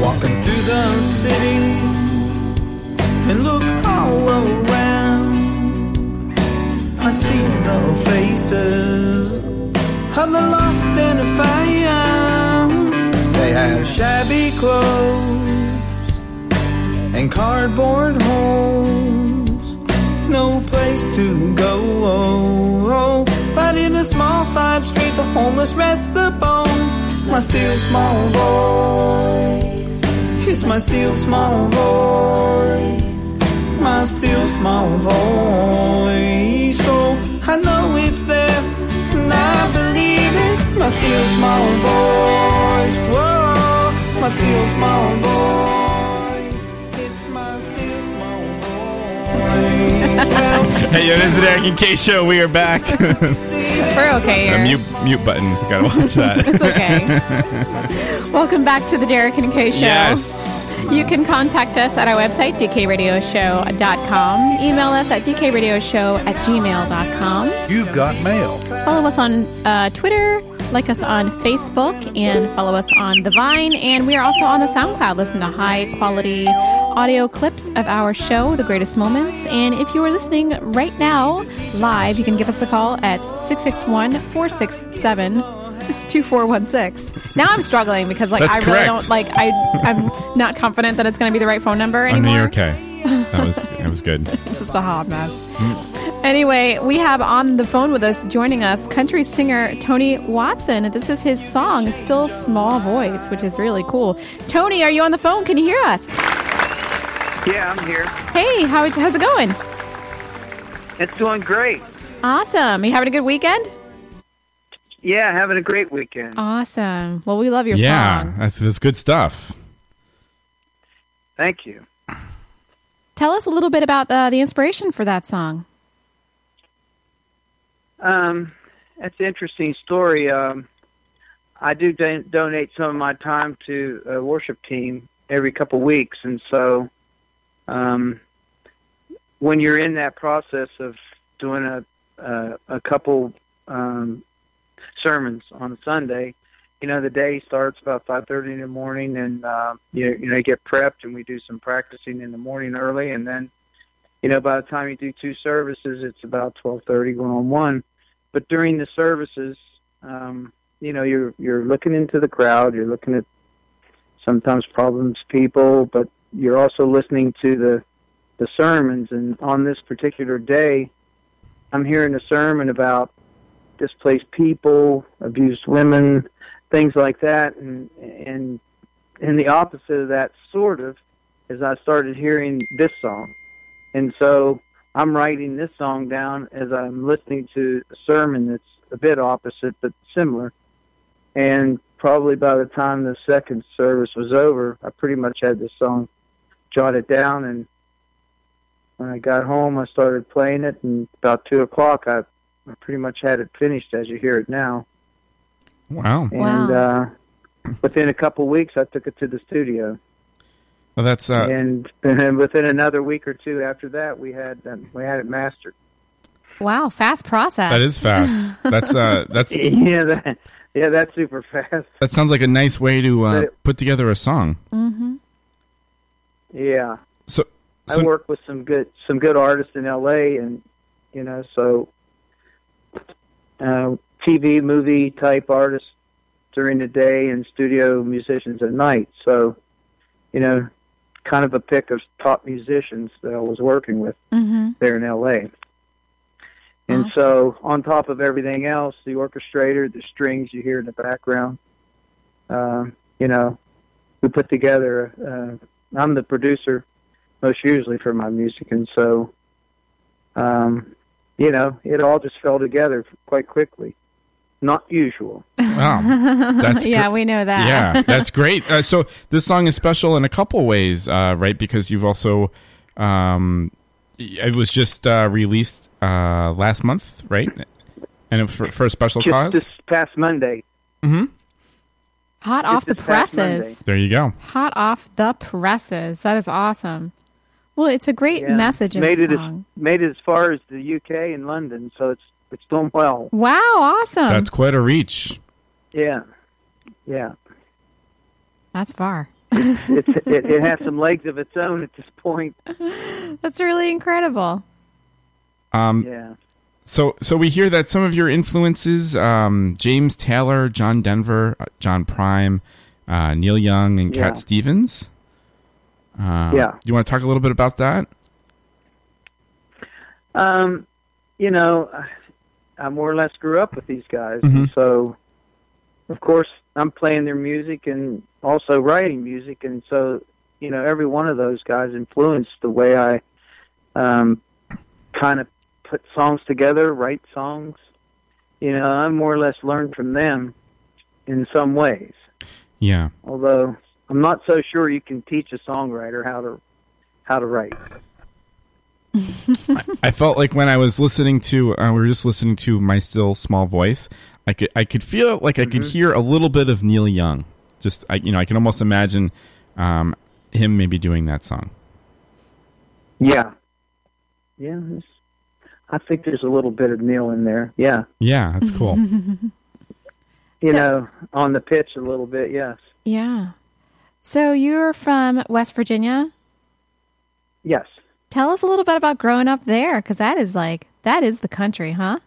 Walking through the city and look all around. I see the faces of the lost and the found. They have shabby clothes and cardboard homes. No place to go. But in a small side street, the homeless rest the bones. My still small voice. It's my still small voice. My still small voice. So I know it's there, and I believe it. My still small voice. Whoa, my still small voice. It's my still small voice. Well, Hey, yo, this is the Derek and K Show. We are back. We're okay The <laughs> here. mute, mute button. <laughs> Gotta watch that. It's okay. Welcome back to the Derek and Kay Show. Yes. You can contact us at our website, dkradioshow.com. Email us at dkradioshow at gmail.com. You've got mail. Follow us on uh, Twitter, like us on Facebook, and follow us on The Vine. And we are also on the SoundCloud. Listen to high quality audio clips of our show, The Greatest Moments. And if you are listening right now, live, you can give us a call at 661 467 2416. Now I'm struggling because like That's I really correct. don't like I I'm not confident that it's going to be the right phone number I anymore. knew you're okay. <laughs> That was that was good. It's just a hot mess. Hmm. Anyway, we have on the phone with us, joining us, country singer Tony Watson. This is his song, Still Small Voice, which is really cool. Tony, are you on the phone? Can you hear us? Yeah, I'm here. Hey, how is, how's it going? It's doing great. Awesome. You having a good weekend? Yeah, having a great weekend. Awesome. Well, we love your yeah, song. that's that's good stuff. Thank you. Tell us a little bit about uh, the inspiration for that song. Um, that's an interesting story. Um, I do don- donate some of my time to a worship team every couple weeks, and so um, when you're in that process of doing a uh, a couple um, sermons on a Sunday, you know the day starts about five thirty in the morning, and uh, you you know you get prepped, and we do some practicing in the morning early, and then you know by the time you do two services, it's about twelve thirty going on one. But during the services, um, you know you're you're looking into the crowd, you're looking at sometimes problems people, but you're also listening to the the sermons. And on this particular day, I'm hearing a sermon about displaced people, abused women, things like that, and and and the opposite of that sort of is I started hearing this song, and so I'm writing this song down as I'm listening to a sermon that's a bit opposite but similar, and probably by the time the second service was over, I pretty much had this song jotted down, and when I got home, I started playing it, and about two o'clock, I, I pretty much had it finished as you hear it now. Wow. And uh, within a couple weeks, I took it to the studio. Well, that's uh, and, <laughs> and within another week or two after that, we had um, we had it mastered. Wow, fast process. that is fast. That's uh, <laughs> that's yeah, that, yeah, that's super fast. <laughs> that sounds like a nice way to uh, put together a song. Mm-hmm. Yeah, So, I so- work with some good some good artists in L.A. and you know so uh, TV movie type artists during the day and studio musicians at night. So you know, kind of a pick of top musicians that I was working with Mm-hmm. there in LA. And so, on top of everything else, the orchestrator, the strings you hear in the background, um, you know, we put together. Uh, I'm the producer most usually for my music, and so, um, you know, it all just fell together quite quickly. Not usual. <laughs> Wow. That's yeah, gr- we know that. Yeah, that's great. Uh, so this song is special in a couple ways, uh, right? Because you've also, um, it was just uh, released uh, last month, right? And it- for, for a special Just cause. this past Monday. hmm <laughs> Hot off the this past Monday. presses. There you go. Hot off the presses. That is awesome. Well, it's a great Yeah. message in made the it song. As, made it as far as the UK and London, so it's it's doing well. Wow, awesome. That's quite a reach. Yeah, yeah. That's far. It's, it, it has some legs of its own at this point. That's really incredible. Um, Yeah. So, so we hear that some of your influences, um, James Taylor, John Denver, uh, John Prime, uh, Neil Young, and Yeah. Cat Stevens. Uh, Yeah. You want to talk a little bit about that? Um, you know, I- I more or less grew up with these guys, Mhm. so of course I'm playing their music and also writing music, and so you know every one of those guys influenced the way I um, kind of put songs together, write songs. You know, I more or less learned from them in some ways. Yeah. although I'm not so sure you can teach a songwriter how to how to write. I felt like when I was listening to, uh, we were just listening to my still small voice. I could, I could feel like I could Mhm. hear a little bit of Neil Young. Just, I, you know, I can almost imagine um, him maybe doing that song. Yeah. Yeah. it's- I think there's a little bit of Neil in there. Yeah. Yeah, that's cool. You know, on the pitch a little bit. Yes. Yeah. So you're from West Virginia. Yes. Tell us a little bit about growing up there, because that is like that is the country, huh?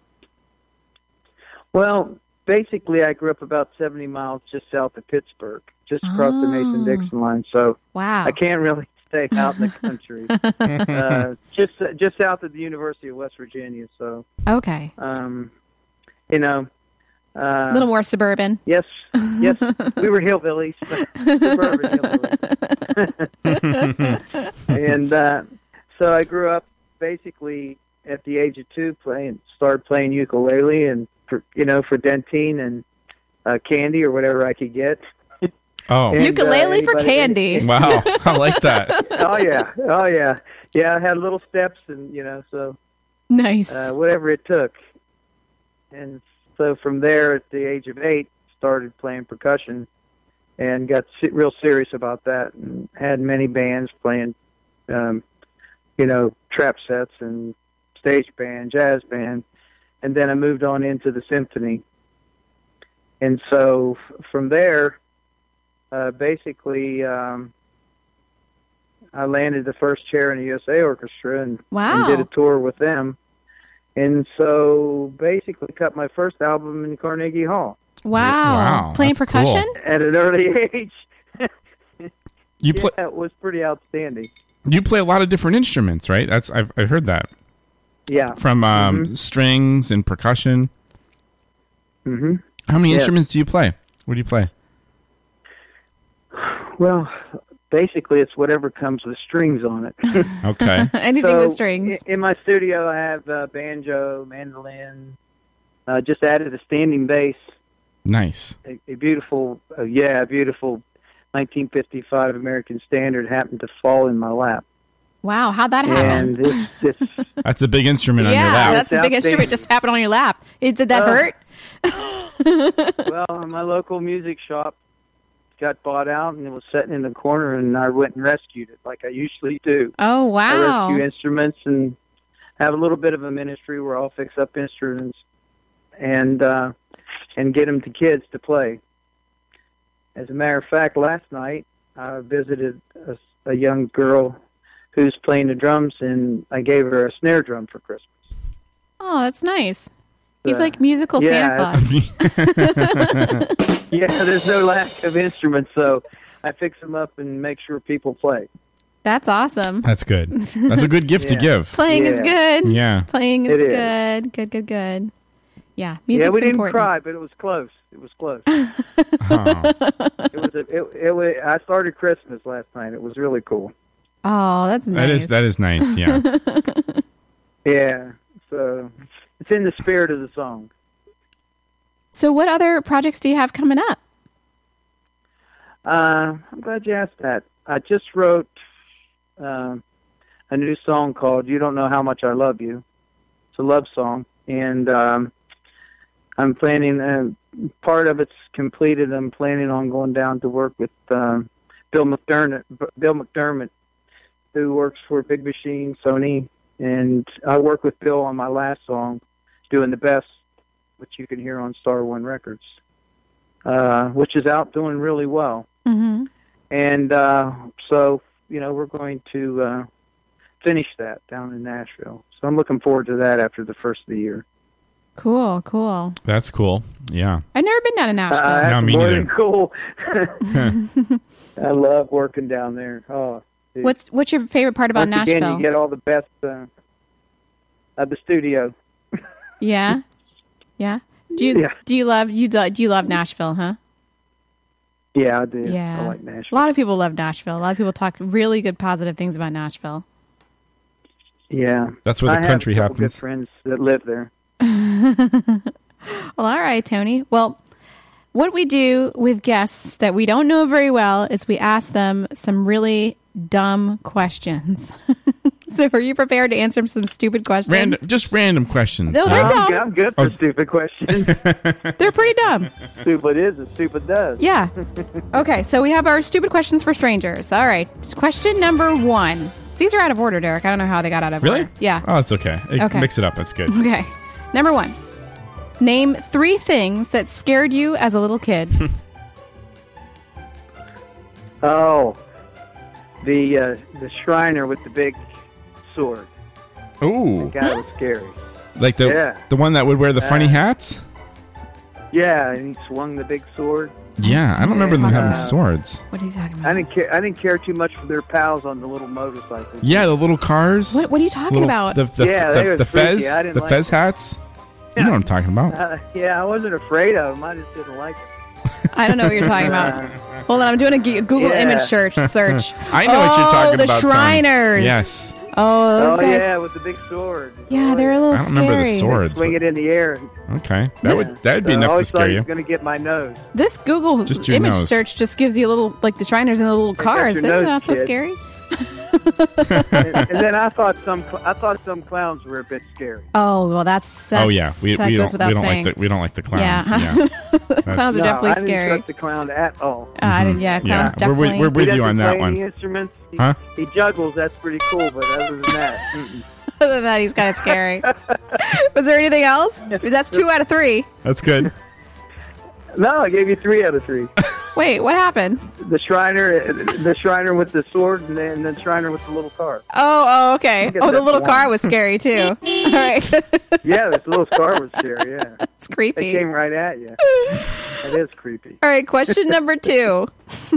Well, basically, I grew up about 70 miles just south of Pittsburgh, just across the Mason Dixon line. So Oh. Wow. I can't really <laughs> stay out in the <laughs> country. uh, just just south of the University of West Virginia. So, Okay. um, you know, uh, a little more suburban. Yes. Yes, we were hillbillies, suburban hillbillies. <laughs> and uh, so I grew up basically at the age of two playing, started playing ukulele and for, you know for dentine and uh, candy or whatever I could get. <laughs> Oh, And, uh, Ukulele for anybody- <laughs> candy. <laughs> Wow, I like that. oh yeah, oh yeah, yeah. I had little steps and you know so Nice. uh, whatever it took. And so from there, at the age of eight, started playing percussion, and got se- real serious about that. And had many bands playing, um, you know, trap sets and stage band, jazz band, and then I moved on into the symphony. And so f- from there, uh, basically, um, I landed the first chair in the USA Orchestra and, Wow. and did a tour with them. And so basically, cut my first album in Carnegie Hall Wow. Wow, Playing that's percussion? <laughs> at an early <laughs> age. You play, That was pretty outstanding. you play a lot of different instruments, right? That's I've, I've heard that Yeah. from um, strings and percussion. hmm How many Yeah. instruments do you play? What do you <laughs> play? Well, basically, it's whatever comes with strings on <laughs> it. Okay. Anything with So, strings. In my studio, I have uh, banjo, mandolin. Uh, just added a standing bass, nice. a, a beautiful, uh, yeah, a beautiful 1955 American Standard happened to fall in my lap, Wow, how'd that happen? and it's just That's a big instrument on your yeah, lap. that's the big instrument just happened on your lap. It, did that Oh. hurt? well, my local music shop got bought out and it was sitting in the corner, and I went and rescued it like I usually do. Oh I rescue wow. instruments and have a little bit of a ministry where I'll fix up instruments and uh, and get them to kids to play. As a matter of fact, last night I visited a, a young girl who's playing the drums, and I gave her a snare drum for Christmas. <laughs> Oh, that's nice. He's Uh, like musical yeah, <laughs> Santa Claus. yeah, there's no lack of instruments, so I fix them up and make sure people play. That's awesome. That's <laughs> good. That's a good gift to Yeah. give. Playing is Yeah. good. Yeah. Playing is, It is. good. Good, good, good. Yeah. Music's yeah, we didn't important. cry, but it was close. It was close. it was. A, it, it was. I started Christmas last night. It was really cool. Oh, that's nice. That is that is nice. Yeah. <laughs> Yeah. So it's in the spirit of the song. So what other projects do you have coming up? Uh, I'm glad you asked that. I just wrote um a new song called "You Don't Know How Much I Love You." It's a love song, and um, I'm planning. Uh, part of it's completed. I'm planning on going down to work with um, Bill McDermott. Bill McDermott, who works for Big Machine, Sony, and I worked with Bill on my last song, "Doing the Best," which you can hear on Star One Records, uh, which is out doing really well. Mm-hmm. And uh, so, you know, we're going to uh, finish that down in Nashville. So I'm looking forward to that after the first of the year. Cool, cool. That's cool. Yeah. I've never been down to Nashville. Uh, No, that's me more neither. than cool. <laughs> I love working down there. Oh, dude. what's what's your favorite part about Once Nashville? Again, you get all the best uh, of the studio. yeah. Yeah. Do you Yeah. do you love you do, do you love Nashville, huh? Yeah, I do. Yeah. I like A Nashville. lot of people love Nashville. A lot of people talk really good positive things about Nashville. Yeah, That's where the I country have a couple happens. Good friends that live there. Well, all right, Tony. Well, what we do with guests that we don't know very well is we ask them some really dumb questions. <laughs> so, are you prepared to answer some stupid questions? Random, just random questions. No, they're Uh, dumb. I'm good for stupid questions. <laughs> They're pretty dumb. stupid is and stupid does. Yeah. Okay, so we have our stupid questions for strangers. All right. Question number one. These are out of order, Derek. I don't know how they got out of Really? order. Yeah. Oh, it's okay. It- Okay. Mix it up. <laughs> That's good. Okay. Number one. Name three things that scared you as a little <laughs> kid. Oh, the uh, the Shriner with the big sword. Ooh, Guy was scary. like the Oh Yeah. the one that would wear the funny Uh, hats. Yeah, and he swung the big sword. Yeah, I don't remember them having Uh, swords. What are you talking about? I didn't care. I didn't care too much for their pals on the little motorcycles. Yeah, the little cars. What- what are you talking Little- about? The, the, Yeah, the, they were the freaky. fez, I didn't the like fez them. hats. You know what I'm talking about. Uh, <laughs> yeah, I wasn't afraid of him. I just didn't like him. I don't know what you're talking <laughs> about. Hold on, I'm doing a G- Google Yeah. image search. Search. I know what you're Oh, talking the about, Tony. Shriners. Yes. Oh, those oh guys. yeah, with the big sword. Oh, Yeah, they're a little I don't remember the scary. swords. Swing it in the air. Okay, that would that would be So I enough to always thought scare he you. was going to get <laughs> my nose. This Google Just your image nose. search just gives you a little, like the Shriners and the little got cars. your They're nose, not so kid. scary. and, and then I thought some cl- I thought some clowns were a bit scary. Oh well, that's, that's oh yeah, we, that we goes don't without we don't saying. like the, we don't like the clowns. <laughs> Yeah. Yeah, Clowns are no, definitely I didn't scary. trust the clown at all. Uh, I didn't. Yeah, Mhm. clowns Yeah, we're with- definitely. we're with he doesn't you on play that any one. Instruments. He, Huh? he juggles. That's pretty cool. But other than that, mm-mm. <laughs> Other than that, he's kind of scary. <laughs> Was there anything else? That's two out of three. that's good. no, I gave you three out of <laughs> three. Wait, what happened? the Shriner, the Shriner with the sword, and then the Shriner with the little car. Oh, oh, okay. guess Oh, the that's little one. car was scary too. All right, <laughs> Yeah, the little car was scary. Yeah, it's creepy. it came right at you. That is creepy. All right, question number two. <laughs>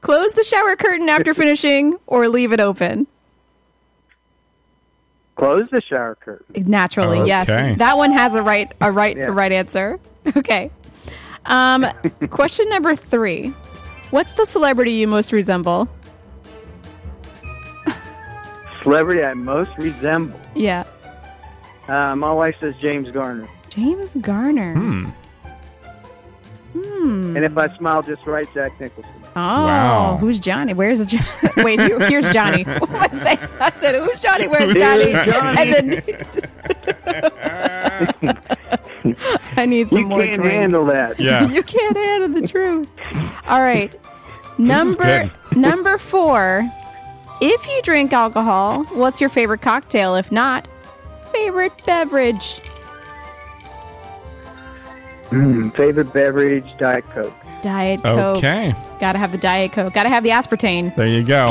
Close the shower curtain after finishing or leave it open? Close the shower curtain. Naturally, yes. Okay. That one has a right a right a right answer. <laughs> Okay. Um question number three. What's the celebrity you most resemble? Celebrity I most resemble. Yeah. Uh, my wife says James Garner, James Garner. Hmm. Hmm. and if I smile just right, Jack Nicholson. Oh, who's Johnny? Where's Johnny? <laughs> Wait, who- here's Johnny. <laughs> What was I, saying? I said, who's Johnny? Where's Who's Johnny? <laughs> Johnny? And then <laughs> I need some You more. can't drink. handle that. <laughs> Yeah. you can't handle the truth. All right, is number good. number four. If you drink alcohol, what's your favorite cocktail? If not, favorite beverage. Mm, favorite beverage, Diet Coke. Diet Coke. Okay. Gotta have the Diet Coke. Gotta have the aspartame. There <laughs> you go.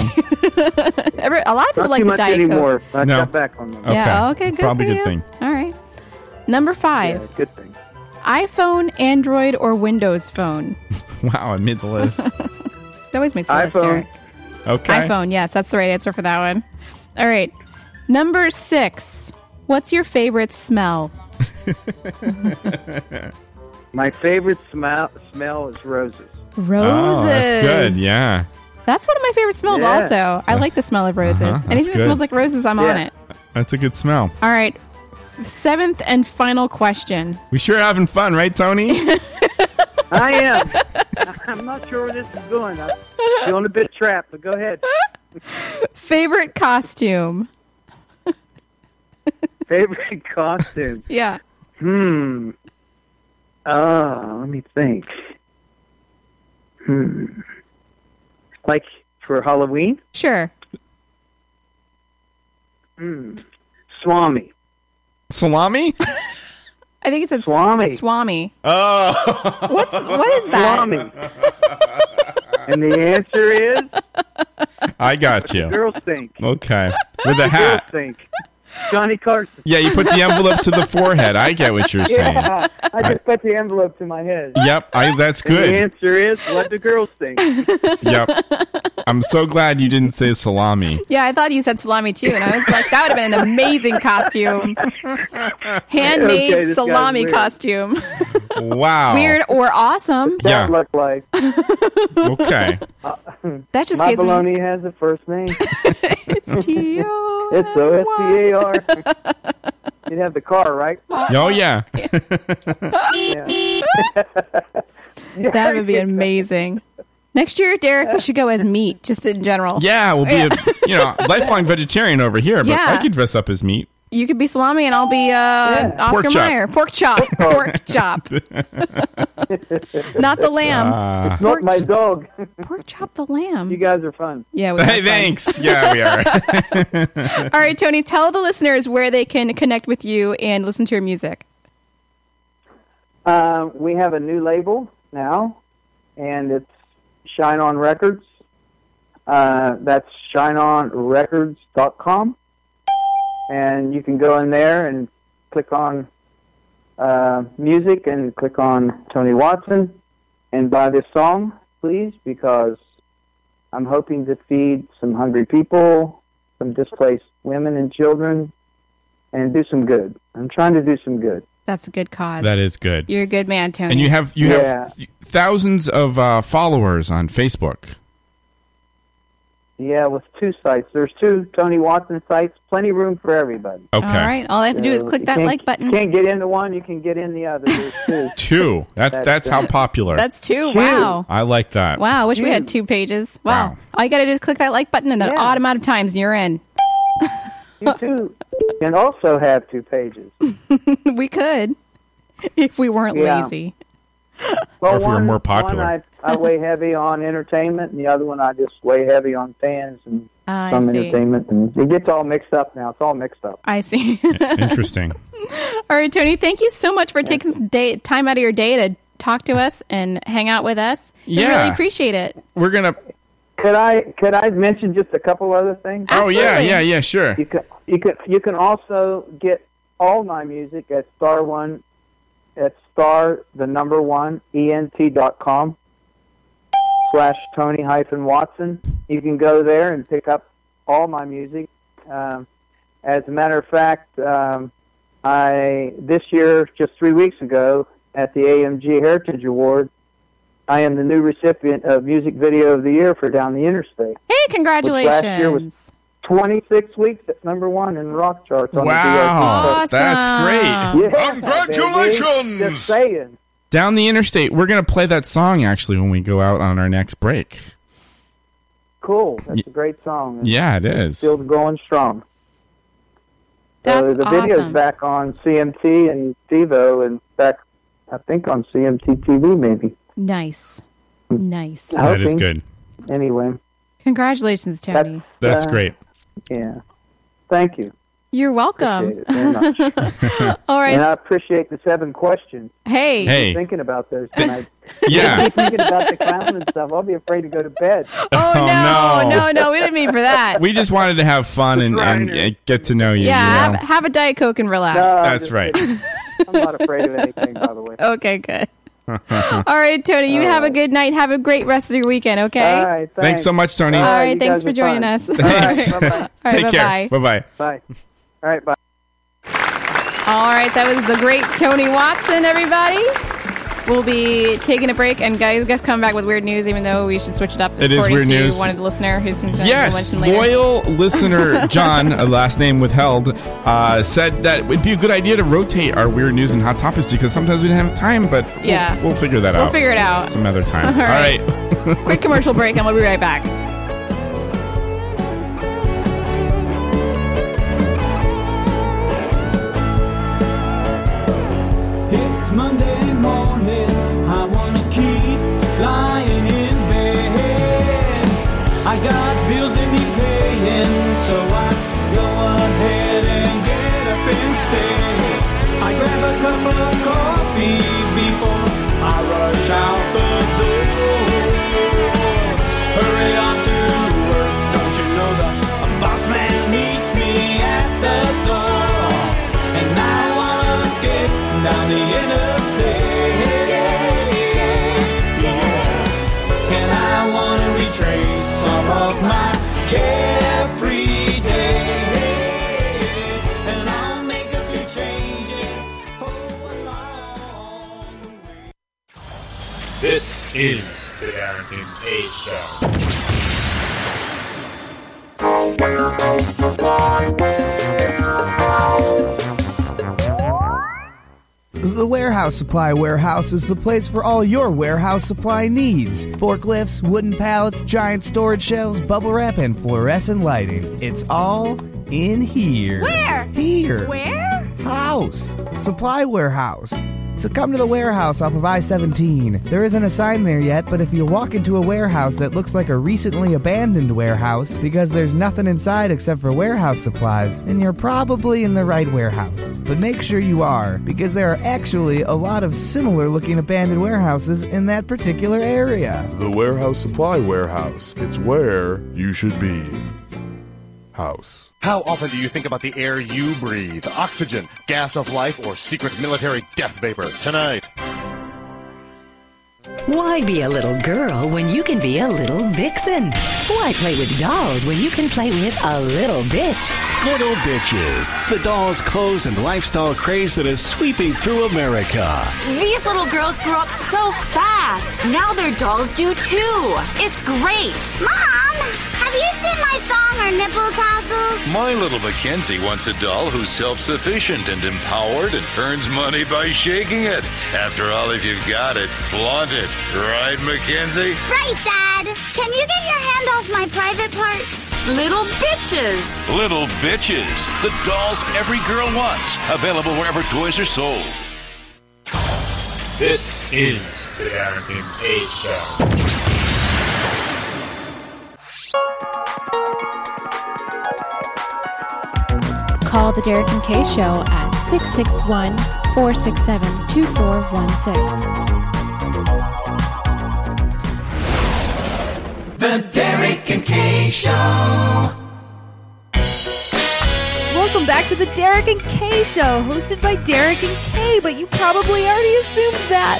Every, a lot of people Not like too the much Diet Coke. anymore. I No. got back on them. Yeah. Okay. Good. Probably for good you. thing. All right. Number five. Yeah, good thing. iPhone, Android, or Windows Phone. Wow, I made the list. That always makes sense. iPhone. Derek. Okay. iPhone. Yes, that's the right answer for that one. All right. Number six. What's your favorite smell? My favorite smell smell is roses. Roses. Oh, that's good. Yeah. That's one of my favorite smells. Yeah. Also, I like the smell of roses. Uh-huh, that's Anything that good. smells like roses, I'm on Yeah. it. That's a good smell. All right. Seventh and final question. We sure having fun, <laughs> right, Tony? I am. I'm not sure where this is going. I'm feeling a bit trapped, but go ahead. Favorite costume. Favorite <laughs> costume. Yeah. Hmm. Oh, let me think. Hmm. Like for Halloween? Sure. Hmm. Swami. Salami? I think it said Swami. Swami. Oh. <laughs> What's what is that? Swami. and the answer is I got you. girls think. Okay. With a Girls hat. think. Johnny Carson. Yeah, you put the envelope to the forehead. I get <laughs> what you're saying. Yeah, I just put the envelope to my head. Yep, I that's And the good. answer is what do girls think? Yep. I'm so glad you didn't say salami. Yeah, I thought you said salami too, and I was like, that would have been an amazing <laughs> costume. Handmade Okay, this guy's salami weird. costume. <laughs> Wow. Weird or awesome. Yeah. That looked like <laughs> Okay. That just my gives me baloney has a first name. it's <laughs> T-O. <laughs> It's O S T A R. You'd have the car, right? Oh yeah. Yeah. <laughs> That would be amazing. Next year, Derek, we should go as meat, just in general. Yeah, we'll be Yeah. a you know lifelong vegetarian over here, but Yeah. I could dress up <laughs> as meat. You could be salami, and I'll be uh, Oscar Pork chop. Mayer. Pork <laughs> chop. Pork chop. <laughs> Not the lamb. Ah. Not my dog. <laughs> Pork chop the lamb. You guys are fun. Yeah. Hey, thanks. Yeah, we <laughs> are. All right, Tony, tell the listeners where they can connect with you and listen to your music. Uh, we have a new label now, and it's Shine On Records. Uh, that's shineonrecords.com. And you can go in there and click on uh, music and click on Tony Watson and buy this song, please, because I'm hoping to feed some hungry people, some displaced women and children, and do some good. I'm trying to do some good. That's a good cause. That is good. You're a good man, Tony. And you have you Yeah. have thousands of uh, followers on Facebook. Yeah, with two sites. There's two Tony Watson sites. Plenty of room for everybody. Uh, Okay. All right, all I have to do is click you that can't- like button. You can't get into one. You can get in the other. There's two. Two. That's that's, That's how it. popular. That's two. Wow. I like that. Wow. <laughs> I wish we had two pages. Wow. All you got to do is click that like button, and an odd amount of times, you're in. <laughs> You too can also have two pages. we could <laughs> if we weren't Yeah. lazy. Well, Or if we were one- more popular. One I, I weigh heavy on entertainment, and the other one I just weigh heavy on fans and I some see. entertainment. And it gets all mixed up now. It's all mixed up. I see. <laughs> Interesting. All right, Tony, thank you so much for taking some day, time out of your day to talk to us and hang out with us. We Yeah. really appreciate it. We're gonna. Could I could I mention just a couple other things? Oh yeah, yeah, yeah. Sure. You can you can you can also get all my music at star one at star the number one ent dot com slash Tony hyphen Watson. You can go there and pick up all my music. Um, as a matter of fact, um, I this year just three weeks ago at the AMG Heritage Award. I am the new recipient of Music Video of the Year for Down the Interstate. Hey, Which congratulations. last year was 26 weeks at number one in rock charts. On Wow, the BRT. that's Awesome. great. Yeah, Congratulations! Just saying. Down the interstate. We're gonna play that song actually when we go out on our next break. Cool. That's a great song. And Yeah, it is. Still going strong. That's so the video's awesome. back on CMT and TiVo and back, I think, on CMT TV maybe. Nice. Mm-hmm. Nice. I That is think. good. Anyway, Congratulations, Tony. That's uh, great. yeah. Thank you. You're welcome. Appreciate <laughs> it very much. All right. And I appreciate the seven questions. Hey. I've been Hey. Thinking about those tonight. Yeah. <laughs> I've been thinking about the clown and stuff. I'll be afraid to go to bed. Oh, no. no, no, we didn't mean for that. <laughs> We just wanted to have fun and, and uh, get to know you. yeah, you know? Have, have a Diet Coke and relax. that's right. I'm not afraid of anything, by the way. Okay, <laughs> good. All right, Tony, you All have a good night. Have a great rest of your weekend, okay? Oh. All right, Thanks so much, Tony. All All right, right, you thanks guys for are joining fun. us. Thanks. All right, bye-bye. Take care. bye-bye. Bye bye. Bye. All right, bye. <laughs> All right, that was the great Tony Watson, everybody. We'll be taking a break and guys, guys come back with weird news, even though we should switch it up. It is according weird to news. One of the listener who's going to Yes, mention later. loyal listener John, a last name withheld, uh, said that it would be a good idea to rotate our weird news and hot topics because sometimes we don't have time, but we'll- Yeah. we'll, figure that We'll out. figure it out. some other time. All All right. right. Quick commercial break, and we'll be right back. It's Monday morning. I wanna keep lying in bed. I got bills in need paying, so I go ahead and get up instead. I grab a cup of coffee before I rush out the door. Hurry on to work, don't you know the boss man meets me at the door? And I wanna skip down the interstate. And I wanna retrace some of my carefree days. And I'll make a few changes. This is the Darrington A Show. The The Warehouse Supply Warehouse is the place for all your warehouse supply needs forklifts, wooden pallets, giant storage shelves, bubble wrap, and fluorescent lighting. It's all in here. Where? Here. Where? House. Supply Warehouse. So come to the warehouse off of I 17. There isn't a sign there yet, but if you walk into a warehouse that looks like a recently abandoned warehouse because there's nothing inside except for warehouse supplies, then you're probably in the right warehouse. But make sure you are, because there are actually a lot of similar looking abandoned warehouses in that particular area. The Warehouse Supply Warehouse. It's where you should be. House. How often do you think about the air you breathe? Oxygen, gas of life, or secret military death vapor? Tonight. Why be a little girl when you can be a little Oh, vixen? Why play with dolls when you can play with a little bitch? Little Bitches, the dolls, clothes, and lifestyle craze that is sweeping through America. These little girls grew up so fast. Now their dolls do too. It's great. Mom, have you seen my thong or nipple tassels? My little Mackenzie wants a doll who's self sufficient and empowered and earns money by shaking it. After all, if you've got it, flaunt it. Right, Mackenzie? Right, Dad. Can you get your hand off my private parts? Little bitches. Little Bitches, the dolls every girl wants. Available wherever toys are sold. This is the Darren King K Show. Call the Derek and Kay Show at 661 467 2416. The Derek and K Show. Welcome back to the Derek and Kay Show, hosted by Derek and Kay, but you probably already assumed that.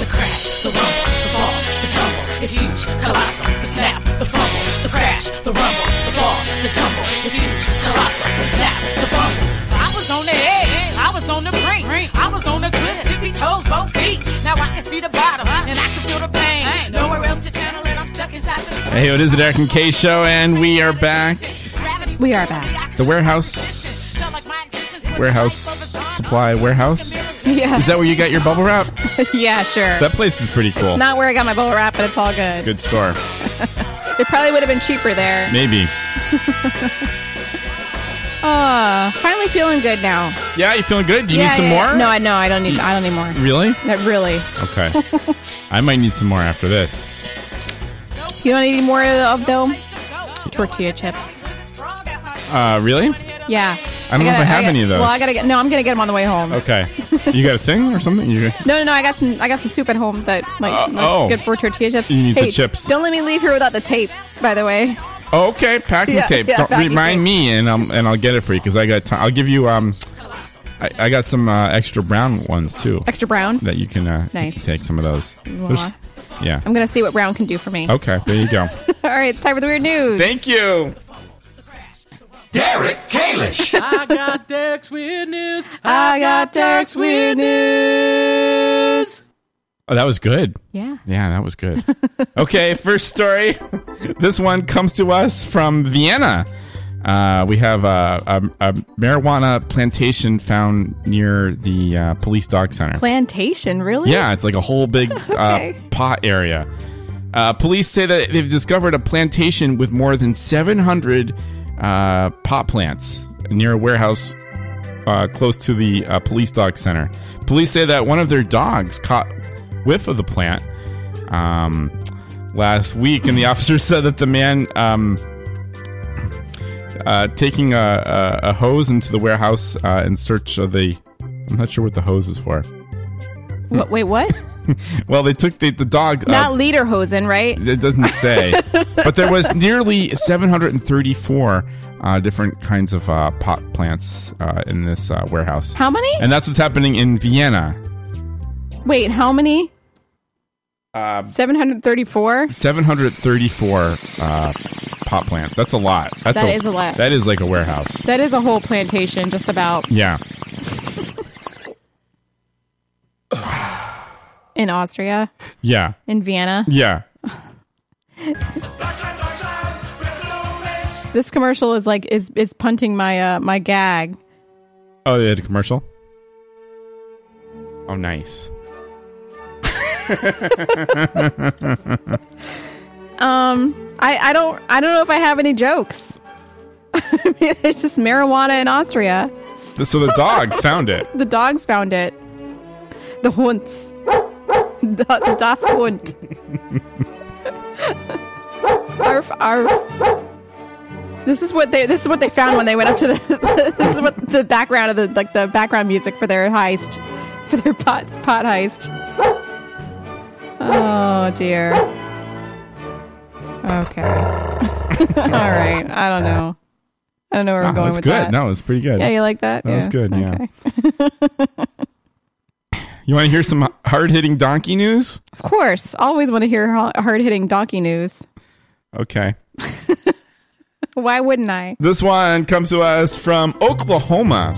The crash, the rumble, the fall, the tumble is huge, colossal. The snap, the fumble, the crash, the rumble, the fall, the tumble is huge, colossal. The snap, the fumble. I was on the edge, I was on the brink, I was on the cliff, tippy toes, both feet. Now I can see the bottom, and I can feel the pain. Nowhere else to channel it, I'm stuck inside the Hey, it is the Derek and K Show, and we are back. We are back. <laughs> The warehouse, warehouse supply warehouse. Yeah. Is that where you got your bubble wrap? <laughs> yeah, sure. That place is pretty cool. It's not where I got my bubble wrap, but it's all good. Good store, It probably would have been cheaper there. maybe. Uh, finally feeling good now. Yeah, you feeling good? Do you Yeah, need some yeah, yeah. more? Mm. No, I no, I don't need. I don't need more. Really? Not really. Okay. <laughs> I might need some more after this. You don't need any more of though. Tortilla chips. Uh, really? Yeah. I don't know if I have got- any of those. Well, I gotta get. No, I'm gonna get them on the way home. Okay. You got a thing or something? You No, no, no. I got some. I got some soup at home that like Uh, that's oh. good for tortilla chips. You need the Hey, chips. Don't let me leave here without the tape. By the way, Oh, okay, packing Yeah, tape. yeah, Don't packing remind me, and um, and I'll get it for you because I got. i I'll give you um, I, I got some uh, extra brown ones too. Extra brown? that you can uh, Nice. you can take some of those. Mwah. There's- yeah. I'm gonna see what Brown can do for me. Okay, there you <laughs> go. All right, it's time for the weird news. Oh. Thank you. Derek Kalish. I got Derek's weird news. I got Derek's weird news. Oh, that was good. Yeah. Yeah, that was good. <laughs> okay, first story. <laughs> this one comes to us from Vienna. Uh, we have a, a, a marijuana plantation found near the uh, police dog center. Plantation, really? Yeah, it's like a <laughs> whole big Okay. uh, pot area. Uh, police say that they've discovered a plantation with more than 700 uh, pot plants near a warehouse uh, close to the uh, police dog center. Police say that one of their dogs caught whiff of the plant um, last <laughs> week, and the officer said that the man. Um, uh, taking a, a, a hose into the warehouse uh, in search of the. I'm not sure what the hose is for. What, wait, <laughs> what? Uh, Well, they took the, the dog. Not uh, Lederhosen, right? it doesn't say, <laughs> but there was nearly 734 uh, different kinds of uh, pot plants uh, in this uh, warehouse. How many? And that's what's happening in Vienna. Wait, how many? Uh, 734? 734 uh, pot plants. That's a lot. That's That is a lot. That is like a warehouse. That is a whole plantation, just about Yeah. in Austria, Yeah. in Vienna. Yeah. This commercial is like is is punting my uh my gag. Oh, they had a commercial. Oh, nice. Um, I, I don't I don't know if I have any jokes. <laughs> I mean, it's just marijuana in Austria. so the dogs <laughs> found it. The dogs found it. The hunts. Da- das Hund. arf, arf. This is what they this is what they found when they went up to the <laughs> this is what the background of the like the background music for their heist for their pot pot heist. Oh dear. Okay. <laughs> All right. I don't know. I don't know where Ah, I'm going that's with good. that. No, it's pretty good. Yeah, you like that? That yeah. was good. Yeah. Okay. You want to hear some hard hitting donkey news? Of course. Always want to hear hard hitting donkey news. Okay. Why wouldn't I? This one comes to us from Oklahoma.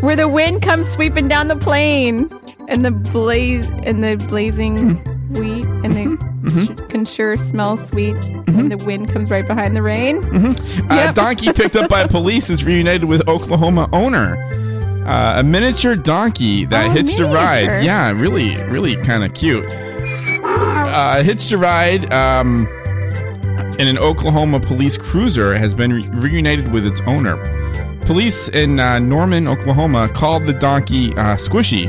Where the wind comes sweeping down the plain, and the blaze and the blazing Hmm. wheat, and the sh- can sure smell sweet, Hmm. and the wind comes right behind the rain. A Uh, donkey picked <laughs> up by police is reunited with Oklahoma owner. Uh, a miniature donkey that hitched a Oh, miniature. ride. Yeah, really, really kind of cute. Uh, hitched a ride um, in an Oklahoma police cruiser has been re- reunited with its owner. Police in uh, Norman, Oklahoma, called the donkey uh, Squishy.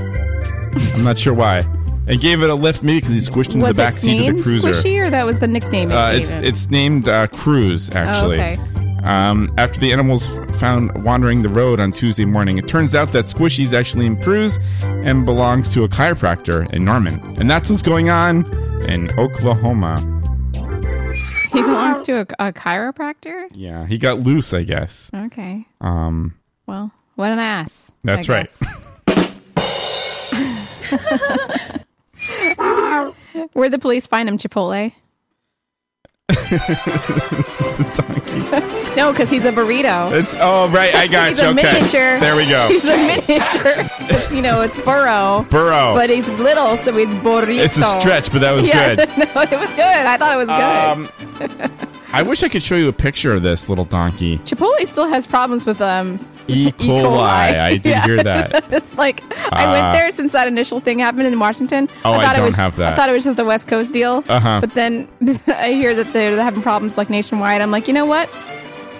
I'm not sure why, and gave it a lift, maybe because he squished into Was the back its seat name of the cruiser. Squishy, or that was the nickname? It Uh, gave it's it? it's named uh, Cruz actually. Oh, okay. Um, after the animals f- found wandering the road on Tuesday morning, it turns out that Squishy's actually in Cruz and belongs to a chiropractor in Norman, and that's what's going on in Oklahoma. he belongs to a, a chiropractor. Yeah, he got loose, I guess. Okay. Um, Well, what an ass. that's I right. <laughs> guess. Where'd the police find him, Chipotle? it's a donkey. No, because he's a burrito. It's oh right, I got he's you. a okay, miniature. there we go. He's a miniature. <laughs> It's, you know, it's burro. Oh. Burro. But he's little, so it's burrito. Oh. It's a stretch, but that was yeah, <laughs> good. No, it was good. I thought it was good. Um, I wish I could show you a picture of this little donkey. Chipotle still has problems with um. <laughs> E. E. <laughs> coli. I did Yeah. hear that. <laughs> like I Ah. went there since that initial thing happened in Washington. Oh, I thought it don't was, have that. I thought it was just a West Coast deal. Uh-huh. But then <laughs> I hear that they're having problems like nationwide. I'm like, you know what?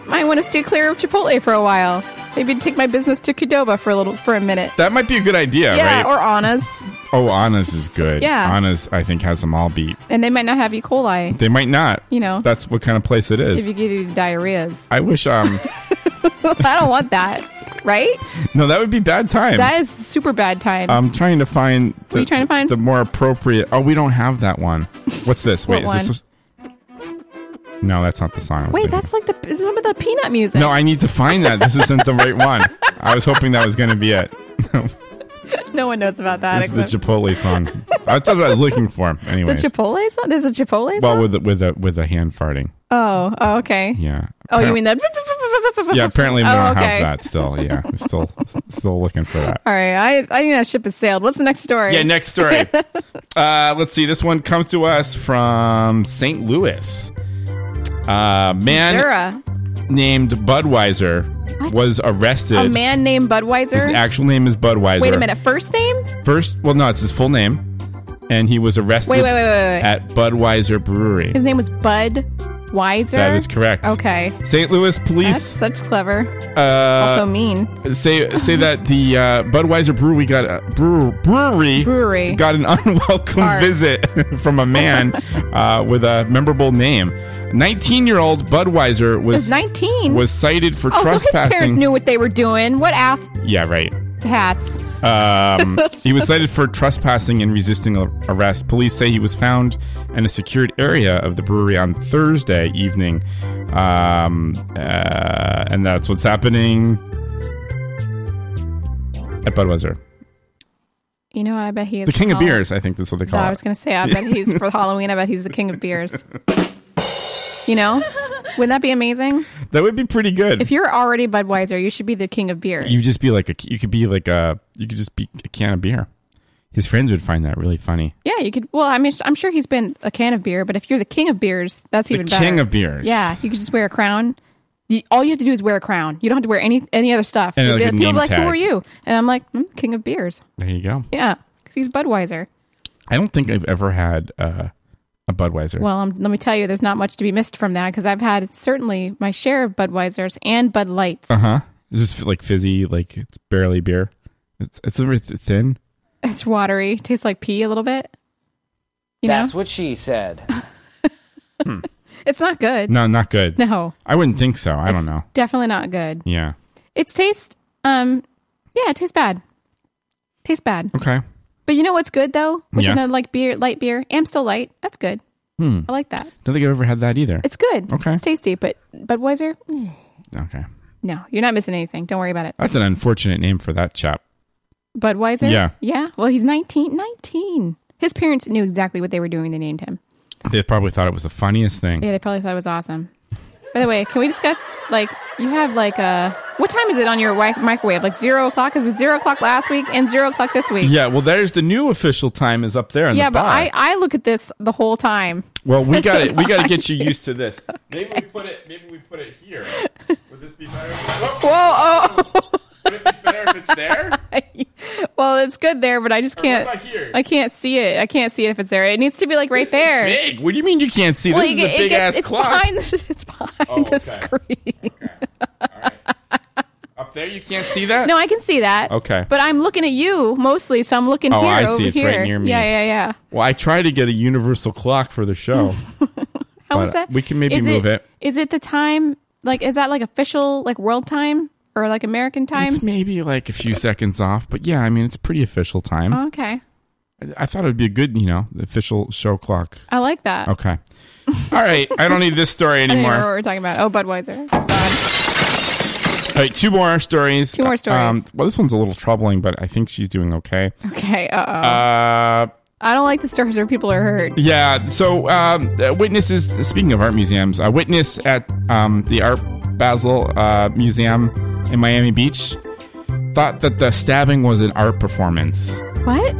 Might want to stay clear of Chipotle for a while. Maybe take my business to Qdoba for a little for a minute. <laughs> That might be a good idea, yeah, right? or Anna's. oh, Anna's is good. Yeah. Anna's, I think, has them all beat. and they might not have E. coli. They might not. You know. That's what kind of place it If is. you give you diarrheas, I <laughs> wish. Um, I don't want that. Right? no, that would be bad times. That is super bad times. I'm trying to find. The, What are you trying to find? The more appropriate. Oh, we don't have that one. What's <laughs> this? What Wait, is this? No, that's not the song. I was Wait, thinking. that's like the is some of the peanut music. No, I need to find that. This isn't the right one. I was hoping that was going to be it. no one knows about that. This is the except Chipotle song. That's what I was looking for. <laughs> the Anyway. Chipotle song. There's a Chipotle song. Well, with the, with a with a hand farting. Oh, oh, okay. Yeah. Oh, you mean that? <laughs> yeah, apparently we Oh, don't okay. have that still. <laughs> Yeah, we're still still looking for that. All right, I I think that ship has sailed. What's the next story? Yeah, next <laughs> story. uh, let's see. This one comes to us from St. Louis. Uh, man Missouri. named Budweiser What? was arrested. A man named His Budweiser. actual name is Budweiser. Wait a minute, first name? First, well, no, it's his full name, and he was arrested Wait, wait, wait, wait, wait. at Budweiser Brewery. His name was Bud Weiser. That is correct. Okay. St. Louis That's police such clever. uh, also mean. say say that the uh, Budweiser brewery got a, brewer, brewery Brewery. got an <laughs> unwelcome Sorry. visit <laughs> from a <laughs> man uh, with a memorable name. Nineteen-year-old Budweiser It was was 19. was cited for oh, so his parents trespassing. knew what they were doing. What ass yeah, right. hats? <laughs> Um, he was cited for trespassing and resisting ar- arrest. Police say he was found in a secured area of the brewery on Thursday evening, um, uh, and that's what's happening at Budweiser. You know what? I bet he is The king of Hall- beers, I think that's what they No, call I it. was gonna say, I bet he's <laughs> for Halloween. I bet he's the king of beers. You know, wouldn't that be amazing? that would be pretty good. If you're already Budweiser, you should be the king of beers. you just be like a, you could be like a, you could just be a can of beer. His friends would find that really funny. yeah, you could. Well, I mean, I'm sure he's been a can of beer, but if you're the king of beers, that's even better. king of beers. Yeah, you could just wear a crown You, all you have to do is wear a crown. You don't have to wear any any other stuff. And, You'll like, be a people name are like, tag. who are you? And I'm like, "Mm, king of beers. There you go. Yeah, because he's Budweiser. I don't think I've ever had uh, a Budweiser. Well, um, let me tell you, there's not much to be missed from that because I've had certainly my share of Budweisers and Bud Lights. uh huh. Is this like fizzy? Like it's barely beer. It's it's a bit thin. It's watery, tastes like pee a little bit. You That's know, what she said. <laughs> it's not good. No, not good. No. I wouldn't think so. I don't It's know. Definitely not good. Yeah. It's taste. Um, yeah, it tastes bad. Tastes bad. Okay. But you know what's good though? Which Yeah. I like beer, light beer. Amstel Light. That's good. Hmm. I like that. Don't think I've ever had that either. It's good. Okay. It's tasty, but Budweiser. mm, okay. No, you're not missing anything. Don't worry about it. That's an unfortunate name for that chap. Budweiser. Yeah. Yeah. Well, he's 19. 19. His parents knew exactly what they were doing. They named him. They probably thought it was the funniest thing. Yeah, they probably thought it was awesome. By the way, can we discuss like you have like a what time is it on your wi- microwave? Like zero o'clock? 'Cause It was zero o'clock last week and zero o'clock this week. Yeah, well, there's the new official time is up there in yeah, the bar. but I I look at this the whole time. <laughs> well, we got It's it. We got to get you behind used to this. Maybe we put it. Maybe we put it <laughs> here. Would this be better? Whoa! Oh. <laughs> Would it be better if it's there? well, it's good there, but I just Or what can't. about here? I can't see it. I can't see it if it's there. It needs to be like right <laughs> there. Big. What do you mean you can't see? Well, this you is get- a it big gets- ass it's clock. Behind the, <laughs> it's behind Oh, the okay. screen. Up there, you can't see that. No, I can see that. Okay. But I'm looking at you mostly, so I'm looking Oh, here I see. over It's here. right near me. Yeah, yeah, yeah. Well, I try to get a universal clock for the show. <laughs> How But is that? we can maybe Is move it. Is it the time? Like, is that like official, like world time or like American time? It's maybe like a few seconds off, but yeah, I mean it's pretty official time. Oh, okay, I- I thought it would be a good, you know, official show clock. I like that. Okay. All right. I don't need this story <laughs> I don't even remember what anymore. we're talking about. Oh, Budweiser. All right, two more stories. Um, Two more stories. well, this one's a little troubling, but I think she's doing okay. Okay. Uh oh. Uh, I don't like the stories where people are hurt. yeah. So, um, uh, witnesses. Speaking of art museums, a witness at um, the Art Basel uh, Museum in Miami Beach thought that the stabbing was an art performance. What?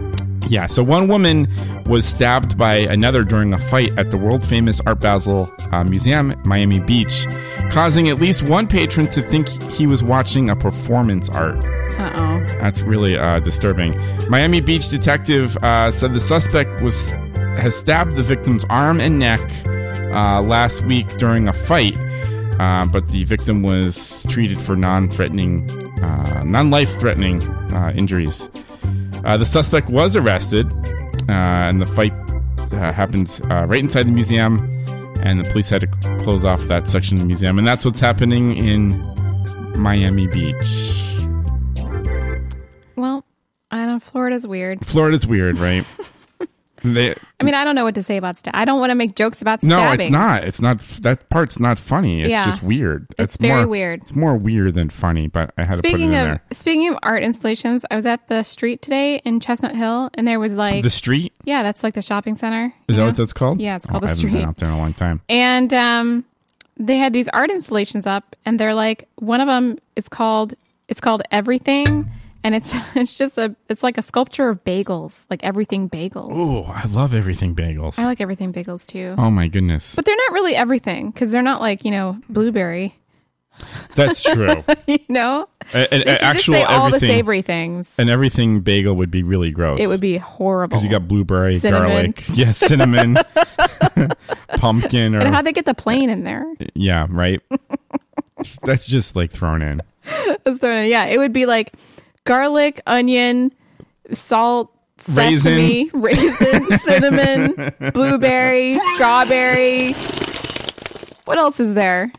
Yeah, so one woman was stabbed by another during a fight at the world famous Art Basel uh, Museum, Miami Beach, causing at least one patron to think he was watching a performance art. Uh oh. That's really uh, disturbing. Miami Beach detective uh, said the suspect was has stabbed the victim's arm and neck uh, last week during a fight, uh, but the victim was treated for non-threatening, uh, non-life-threatening uh, injuries. Uh, the suspect was arrested, uh, and the fight uh, happened uh, right inside the museum, and the police had to close off that section of the museum, and that's what's happening in Miami Beach. Well, I don't. Florida's weird. Florida's <laughs> weird, right? they, I mean, I don't know what to say about stab. I don't want to make jokes about no, stabbing. it's not. It's not. That part's not funny. It's Yeah. just weird. It's very more, weird. It's more weird than funny, but I had to put it in Speaking of there. speaking of art installations, I was at the street today in Chestnut Hill, and there was like the street Yeah, that's like the shopping center. is you that know? what that's called? Yeah, it's Oh, called I the haven't been street. out there in a long time. And um, they had these art installations up, and they're like one of them. It's called it's called everything, and it's <laughs> it's just a it's like a sculpture of bagels, like everything bagels. Ooh, I love everything bagels. I like everything bagels too. <laughs> oh my goodness, But they're not really everything because they're not like you know blueberry. <laughs> that's true. you know, A- They an- should a- just actual say all the everything- savory things. An everything bagel would be really gross. It would be horrible. because you got blueberry, Cinnamon. garlic, <laughs> yeah, cinnamon, <laughs> pumpkin, or and how'd they get the plane in there? yeah, <laughs> right. that's just like thrown in. So, yeah, it would be like garlic, onion, salt, sesame, <laughs> raisin, <laughs> cinnamon, blueberry, strawberry. What else is there?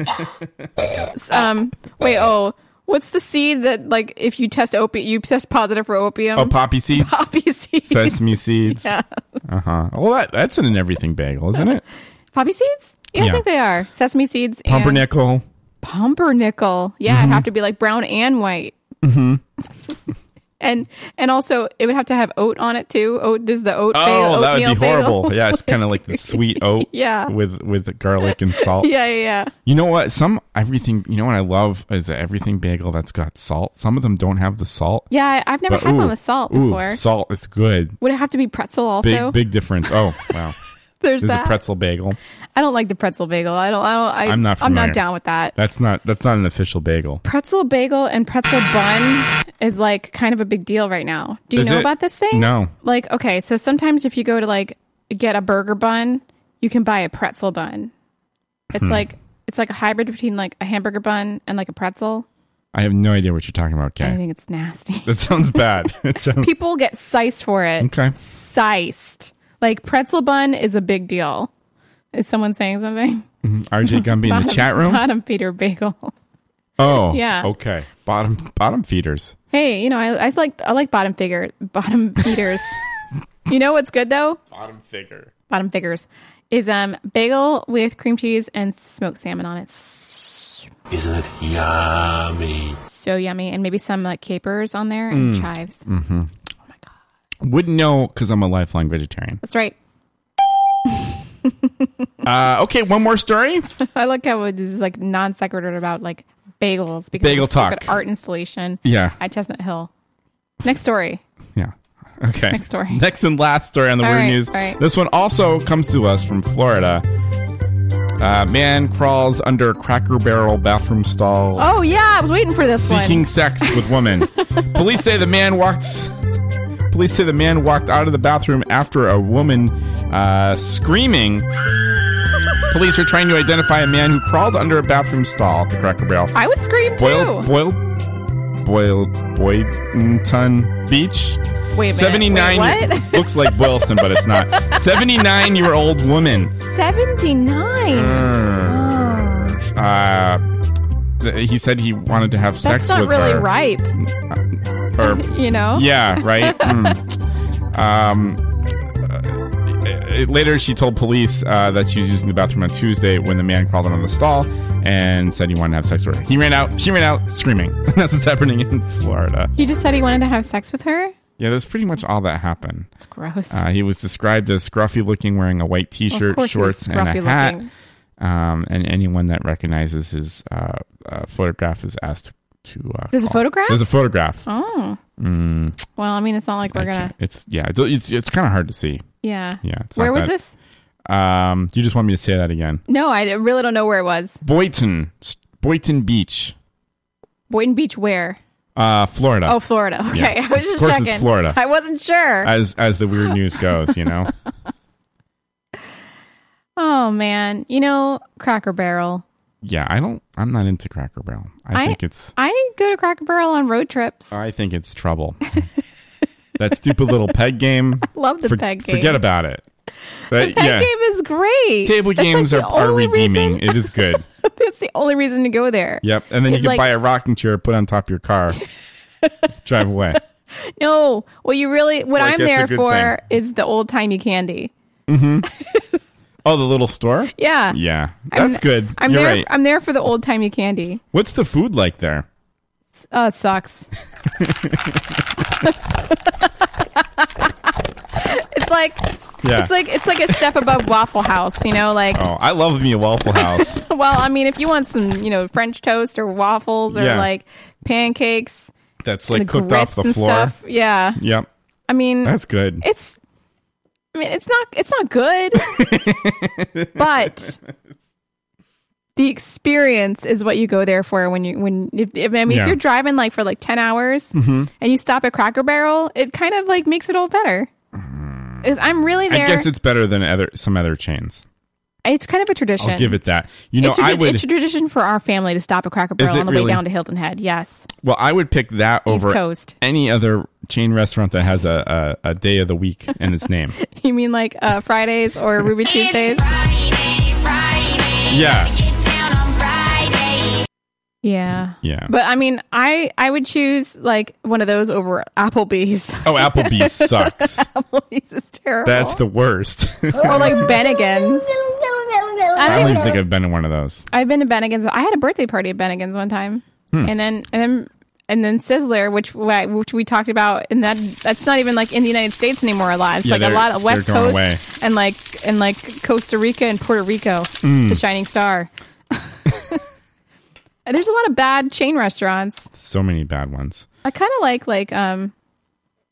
S- um, wait, oh, what's the seed that like if you test opium, you test positive for opium? Oh, poppy seeds, <laughs> Poppy seeds. <laughs> sesame seeds. Yeah. Uh huh. Well, that, that's in an everything bagel, isn't it? Poppy seeds? Yeah, Yeah. I think they are. Sesame seeds and- Pumpernickel. pumpernickel. Yeah, it'd have to be like brown and white. Mm-hmm. <laughs> And and also it would have to have oat on it too. Oat there's the oat bagel, Oh, that would oatmeal be horrible. bagel. <laughs> Yeah, it's kind of like <laughs> the sweet oat. Yeah. With with garlic and salt. <laughs> yeah, yeah, yeah. You know what? Some everything. You know what I love is a everything bagel that's got salt. Some of them don't have the salt. Yeah, I- I've never But had ooh, one with salt ooh, before. salt is good. Would it have to be pretzel also? <laughs> Big big difference. Oh wow. There's There's that. a pretzel bagel. I don't like the pretzel bagel. I don't. I don't. I, I'm not I'm familiar. not down with that. That's not that's not an official bagel. pretzel bagel and pretzel bun is like kind of a big deal right now. Do you Is know it? about this thing? No. Like, okay, so sometimes if you go to like get a burger bun, you can buy a pretzel bun. It's Hmm. like it's like a hybrid between like a hamburger bun and like a pretzel. I have no idea what you're talking about, I Kay. think it's nasty. <laughs> That sounds bad. It sounds People get siced for it. Okay. Siced. Like pretzel bun is a big deal. Is someone saying something? RJ Gumby in Bottom- the chat <laughs> room. Bottom feeder bagel. Oh, Yeah. Okay, bottom bottom feeders. Hey, you know, I, I like I like bottom figure bottom <laughs> feeders. you know what's good though? Bottom figure. Bottom figures is um bagel with cream cheese and smoked salmon on it. S- Isn't it yummy? So yummy, and maybe some like capers on there and chives. Mm-hmm. Oh my god. Wouldn't know because I'm a lifelong vegetarian. That's right. Uh, okay, one more story. I like how it- this is like non sequitur about like bagels because Bagel it's stuck at talk. art installation. Yeah. at Chestnut Hill. Next story. Okay. Next story. <laughs> Next and last story on the All weird right, news. all right. This one also comes to us from Florida. Uh, man crawls under Cracker Barrel bathroom stall Oh yeah, I was waiting for this seeking one. sex <laughs> with woman. police say the man walked. Police say the man walked out of the bathroom after a woman uh, screaming. Police are trying to identify a man who crawled under a bathroom stall at the Cracker Barrel. I would scream too. Boiled, boiled, boiled, Boyton Beach. Wait a minute. 79 Wait, <laughs> what? looks like Boylston, but <laughs> it's not. 79 year old woman. Seventy nine. Oh, Uh, th- he said he wanted to have That's sex not with really her. Mm, uh, ripe. <laughs> Or- you know? Yeah, right. Hmm. Mm. Um, uh, later, she told police uh, that she was using the bathroom on Tuesday when the man crawled in on the stall and said he wanted to have sex with her. He ran out. She ran out screaming. <laughs> That's what's happening in Florida. He just said he wanted to have sex with her. Yeah, that's pretty much all that happened. It's gross. Uh, he was described as scruffy looking, wearing a white t Of shirt, course he was shorts, and a scruffy hat. looking. Um, and anyone that recognizes his uh, uh, photograph is asked to. Uh, There's a call. photograph? There's a photograph. oh. Mm, Well, I mean, it's not like we're I gonna. can't- It's yeah. It's it's, it's kind of hard to see. Yeah. Yeah. it's Where not was that- this? Um, you just want me to say that again. No, I really don't know where it was. Boyton, S- Boyton Beach, Boynton Beach, where? uh, Florida. Oh, Florida. Okay, Yeah. I was just of course checking. it's Florida. I wasn't sure. as as the weird news goes, <laughs> you know. oh man, you know Cracker Barrel. yeah, I don't. I'm not into Cracker Barrel. I, think it's. I go to Cracker Barrel on road trips. I think it's trouble. <laughs> that stupid little peg game. Love the peg game. Forget about it. But, That yeah, game is great. table That's, like, games the are, are only redeeming. reason- It is good. <laughs> that's the only reason to go there. Yep. And then you It's can like- buy a rocking chair, put it on top of <laughs> your car, drive away. No, what you really, what Like, I'm that's there a good for is the old timey candy. hmm oh, the little store. Yeah. Yeah, I'm- that's good. I'm You're there. right. I'm there for the old timey candy. What's the food like there? Oh, it <laughs> sucks. it's like Yeah. it's like it's like a step above Waffle House, you know, like Oh, I love me <laughs> a Waffle House. well, I mean if you want some, you know, French toast or waffles or Yeah. like pancakes, That's and like the cooked grits off the and floor. stuff. Yeah. Yep, I mean that's good. It's I mean it's not it's not <laughs> good. but the experience is what you go there for when you when if, if- I mean Yeah. if you're driving like for like 10 hours Mhm. and you stop at Cracker Barrel, it kind of like makes it all better. Is I'm really there. I guess it's better than other some other chains. It's kind of a tradition. I'll give it that. You know, it's, a, I tradi- would. it's a tradition for our family to stop at Cracker Barrel it on the really? way down to Hilton Head. Yes. Well, I would pick that over Coast. <laughs> any other chain restaurant that has a, a, a day of the week in <laughs> its name. You mean like uh, Fridays or Ruby Tuesdays? yeah. Yeah. Yeah. But I mean, I I would choose like one of those over Applebee's. <laughs> Oh, Applebee's sucks. Applebee's is terrible. That's the worst. <laughs> or like Bennigan's. I don't I don't even even think I've been in one of those. I've been to Bennigan's. I had a birthday party at Bennigan's one time, Hmm. and then and then and then Sizzler, which we- which we talked about, and that that's not even like in the United States anymore. A lot, it's Yeah, like a they're- lot of West they're going Coast away. and like and like Costa Rica and Puerto Rico, Mm. the shining star. <laughs> And There's a lot of bad chain restaurants. So many bad ones. I kind of like like um,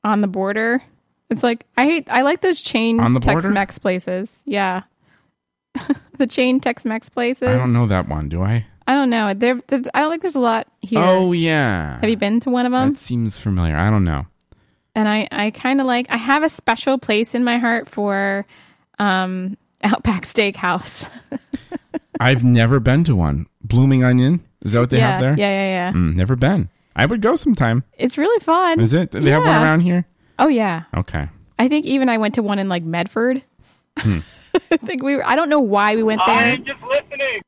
on the border. It's like I hate. I like those chain On the border? Tex-Mex places. Yeah, <laughs> the chain Tex-Mex places. I don't know that one, do I? I don't know. There, there- I don't think there's a lot here. Oh yeah. Have you been to one of them? That seems familiar. I don't know. and I, I kind of like. I have a special place in my heart for um, <laughs> Outback Steakhouse. I've never been to one. Blooming Onion. Is that what they yeah, have there? Yeah, yeah, yeah. Mm, never been. I would go sometime. It's really fun. Is it? Do they have one Yeah. around here? Oh yeah. Okay. I think even I went to one in like Medford. Hmm. <laughs> I think we were, I don't know why we went there. I'm just listening.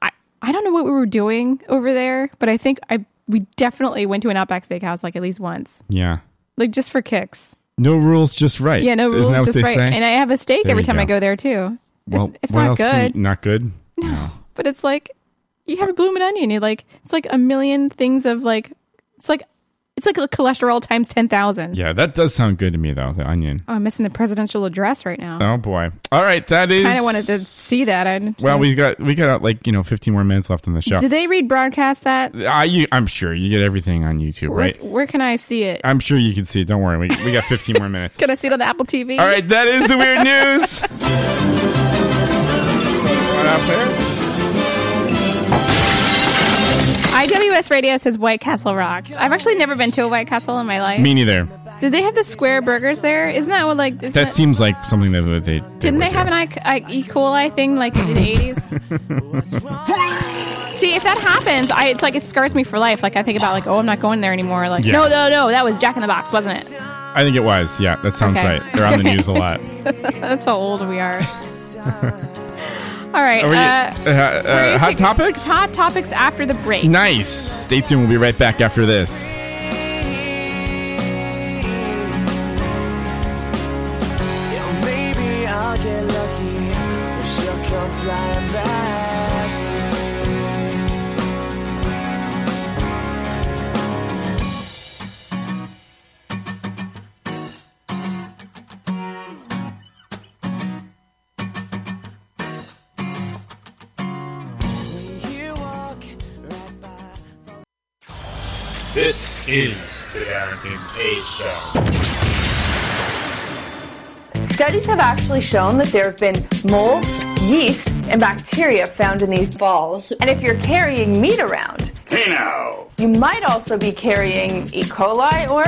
I, I don't know what we were doing over there, but I think I we definitely went to an Outback Steakhouse like at least once, Yeah. like just for kicks. No rules, just right. Yeah, no Isn't that rules, what just they right. say? And I have a steak There every you time I go. go there too. Well, it's what not else can you- good. <laughs> not good. No. But it's like you have a blooming onion. You like it's like a million things of like it's like it's like a cholesterol times ten thousand. Yeah, that does sound good to me though. The onion. Oh, I'm missing the presidential address right now. Oh boy. All right, that is. kind of wanted to see that. I Well, we got we got like you know 15 more minutes left on the show. Did they read broadcast that? I, you, I'm sure you get everything on YouTube, right? Where, where can I see it? I'm sure you can see it. Don't worry. We, we got 15 <laughs> more minutes. Can I see it on the Apple TV? All right, that is the weird news. Out there. IWS Radio says White Castle rocks. I've actually never been to a White Castle in my life. Me neither. Did they have the square burgers there? Isn't that what like? Isn't That seems like something that they, they didn't would they have an I, I, E. coli thing like in the <laughs> eighties? See, if that happens, I it's like it scars me for life. Like I think about like, oh, I'm not going there anymore. Like, Yeah. no, no, no, that was Jack in the Box, wasn't it? I think it was. Yeah, that sounds Okay. right. They're on the news <laughs> a lot. That's how old we <laughs> are. All right. Are we- uh, uh, uh, we're gonna hot take topics? Hot topics after the break. Nice. Stay tuned. We'll be right back after this. Yeah, maybe I'll get lucky and she'll come flying back to me. This is the Derek and Kay Show. Studies have actually shown that there have been mold, yeast, and bacteria found in these balls. And if you're carrying meat around, Hey now! you might also be carrying E. coli or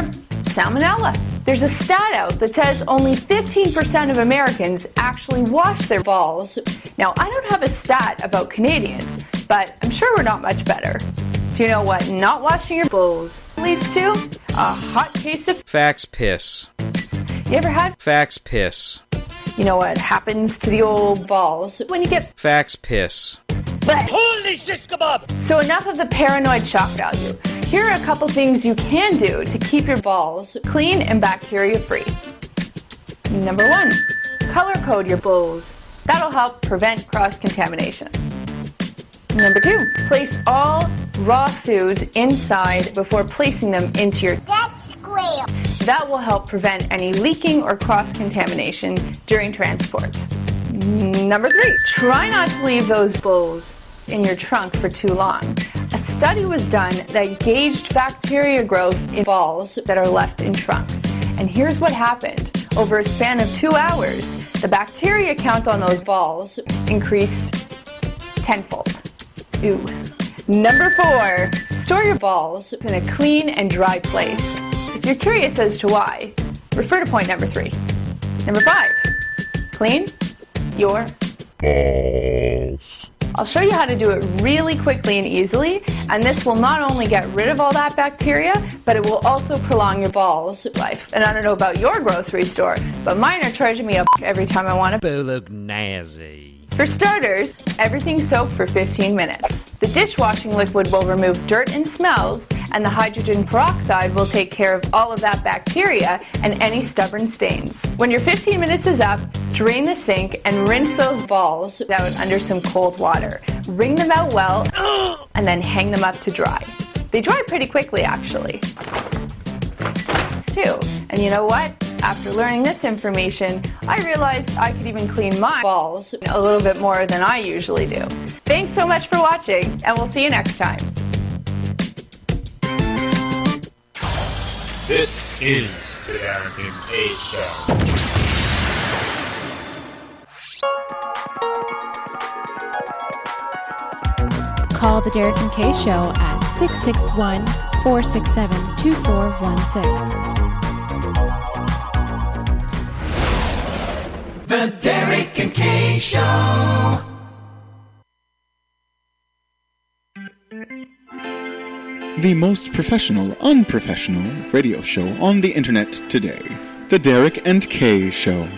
salmonella. There's a stat out that says only 15% of Americans actually wash their balls. Now, I don't have a stat about Canadians, but I'm sure we're not much better. Do you know what not washing your balls leads to? A hot case of. Fax piss. You ever had? Fax piss. You know what happens to the old balls when you get Fax piss. but holy shish kebab! So enough of the paranoid shock value. Here are a couple things you can do to keep your balls clean and bacteria free. Number one, color code your balls. That'll help prevent cross contamination. Number two, place all raw foods inside before placing them into your square. That will help prevent any leaking or cross contamination during transport. Number three, try not to leave those bowls in your trunk for too long. A study was done that gauged bacteria growth in balls that are left in trunks. And here's what happened over a span of two hours, the bacteria count on those balls increased tenfold. Ew. Number four, store your balls in a clean and dry place. If you're curious as to why, refer to point number three. Number five, clean your Balls. I'll show you how to do it really quickly and easily, and this will not only get rid of all that bacteria, but it will also prolong your balls life. And I don't know about your grocery store, but mine are charging me a every time I want to. Boo look nazi. For starters, everything soaked for 15 minutes. The dishwashing liquid will remove dirt and smells, and the hydrogen peroxide will take care of all of that bacteria and any stubborn stains. When your 15 minutes is up, drain the sink and rinse those balls out under some cold water. Wring them out well, and then hang them up to dry. They dry pretty quickly, actually too. And you know what? After learning this information, I realized I could even clean my balls a little bit more than I usually do. Thanks so much for watching, and we'll see you next time. This is The Derek and Kay Show. Call the Derek and Kay Show at 661 467 2416. The Derek and Kay Show. The most professional, unprofessional radio show on the internet today. The Derek and Kay Show.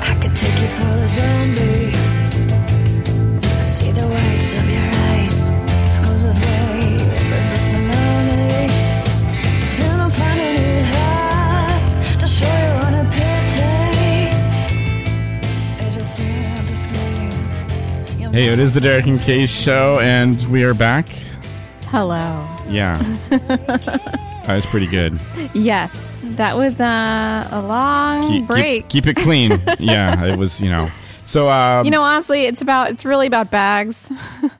I could take you for a zombie. I see the whites of your eyes. Who's this wave? This is tsunami. And I'm finding it hard to show you on a pity. As you stare at the screen. Hey, it is the Derek and Kay show, and we are back. Hello. <laughs> Yeah, that was pretty good. yes, that was uh, a long Keep- keep- break. Keep, <laughs> it clean. yeah, it was. You know. So um, you know, honestly, it's about it's really about bags.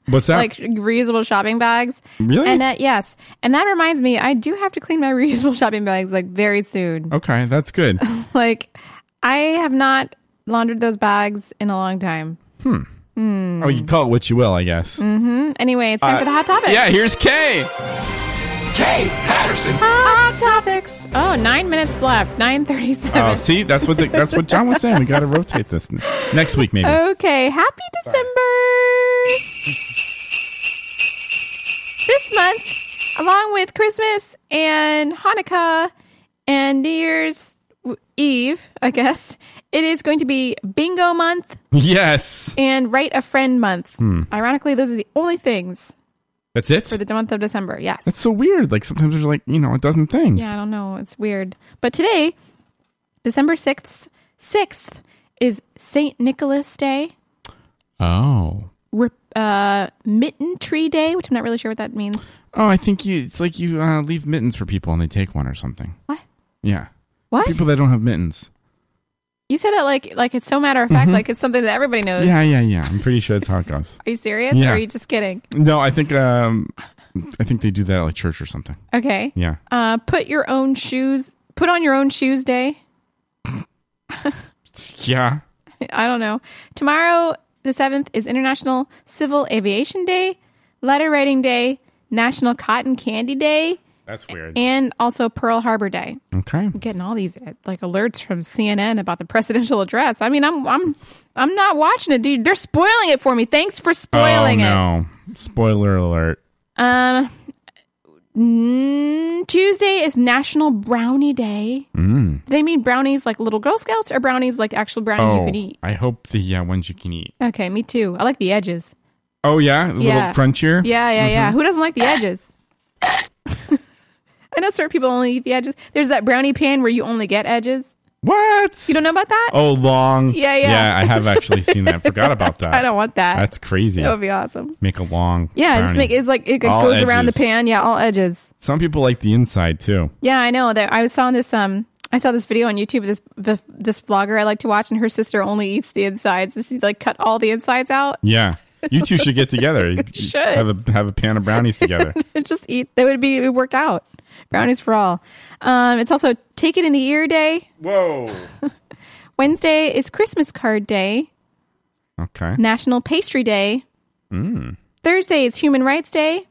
What's that? <laughs> like reusable shopping bags. Really? And that yes, and that reminds me, I do have to clean my <laughs> reusable shopping bags like very soon. Okay, that's <laughs> good. Like, I have not laundered those bags in a long time. Hmm. Hmm. Oh, you call it what you will, I guess. hmm Anyway, it's time Uh, for the hot topic. Yeah, here's Kay. Kay Patterson. Hot topics. Oh, nine minutes left. Nine thirty-seven. Oh, see, that's what the, that's what John was saying. We got to rotate this n- next week, maybe. Uh, Okay, happy December. this month, along with Christmas and Hanukkah and New Year's w- Eve, I guess, it is going to be bingo month Yes, and write a friend month. Hmm. Ironically, those are the only things that's it. for the month of December. Yes. That's so weird. Like sometimes there's like you know a dozen things. Yeah, I don't know. It's weird. But today, December 6th, 6th is St. Nicholas Day. Oh. Rep, uh, Mitten Tree Day, which I'm not really sure what that means. Oh, I think you. It's like you uh, leave mittens for people and they take one or something. What? Yeah. What? People that don't have mittens. You said that like like it's so matter of fact, Mhm. like it's something that everybody knows. Yeah, yeah, yeah. I'm pretty sure that's how it goes. Are you serious? Yeah. Or are you just kidding? No, I think um, I think they do that at like church or something. Okay. Yeah. Uh, put your own shoes. Put on your own shoes day. <laughs> Yeah. I don't know. Tomorrow, the seventh, is International Civil Aviation Day, Letter Writing Day, National Cotton Candy Day, That's weird. and also Pearl Harbor Day. okay. I'm getting all these uh, like alerts from CNN about the presidential address. I mean, I'm I'm I'm not watching it, dude. They're spoiling it for me. Thanks for spoiling oh it. no! Spoiler alert. Um, mm, Tuesday is National Brownie Day. Mm. Do they mean brownies like little Girl Scouts or brownies like actual brownies you Oh, can eat? I hope the uh, ones you can eat. Okay, me too. I like the edges. Oh yeah, a little yeah. crunchier. Yeah, yeah, yeah. Mhm. Who doesn't like the edges? <laughs> I know certain people only eat the edges. There's that brownie pan where you only get edges. What? You don't know about that? Oh, long. Yeah, yeah. Yeah, I have actually seen that. Forgot about <laughs> that. I don't want that. That's crazy. That would be awesome. Make a long. Yeah, just brownie. make it's like it All goes around the edges. pan. Yeah, all edges. Some people like the inside too. Yeah, I know that. I was saw this um, I saw this video on YouTube. This the, this vlogger I like to watch, and her sister only eats the insides. This is like cut all the insides out. <laughs> Yeah, you two should get together. You- you Should. have a have a pan of <laughs> brownies together. just eat. That would be it would work out. Brownies for all. Um, it's also take it in the ear day. Whoa. <laughs> Wednesday is Christmas card day. Okay. National Pastry Day. Mm. Thursday is Human Rights Day.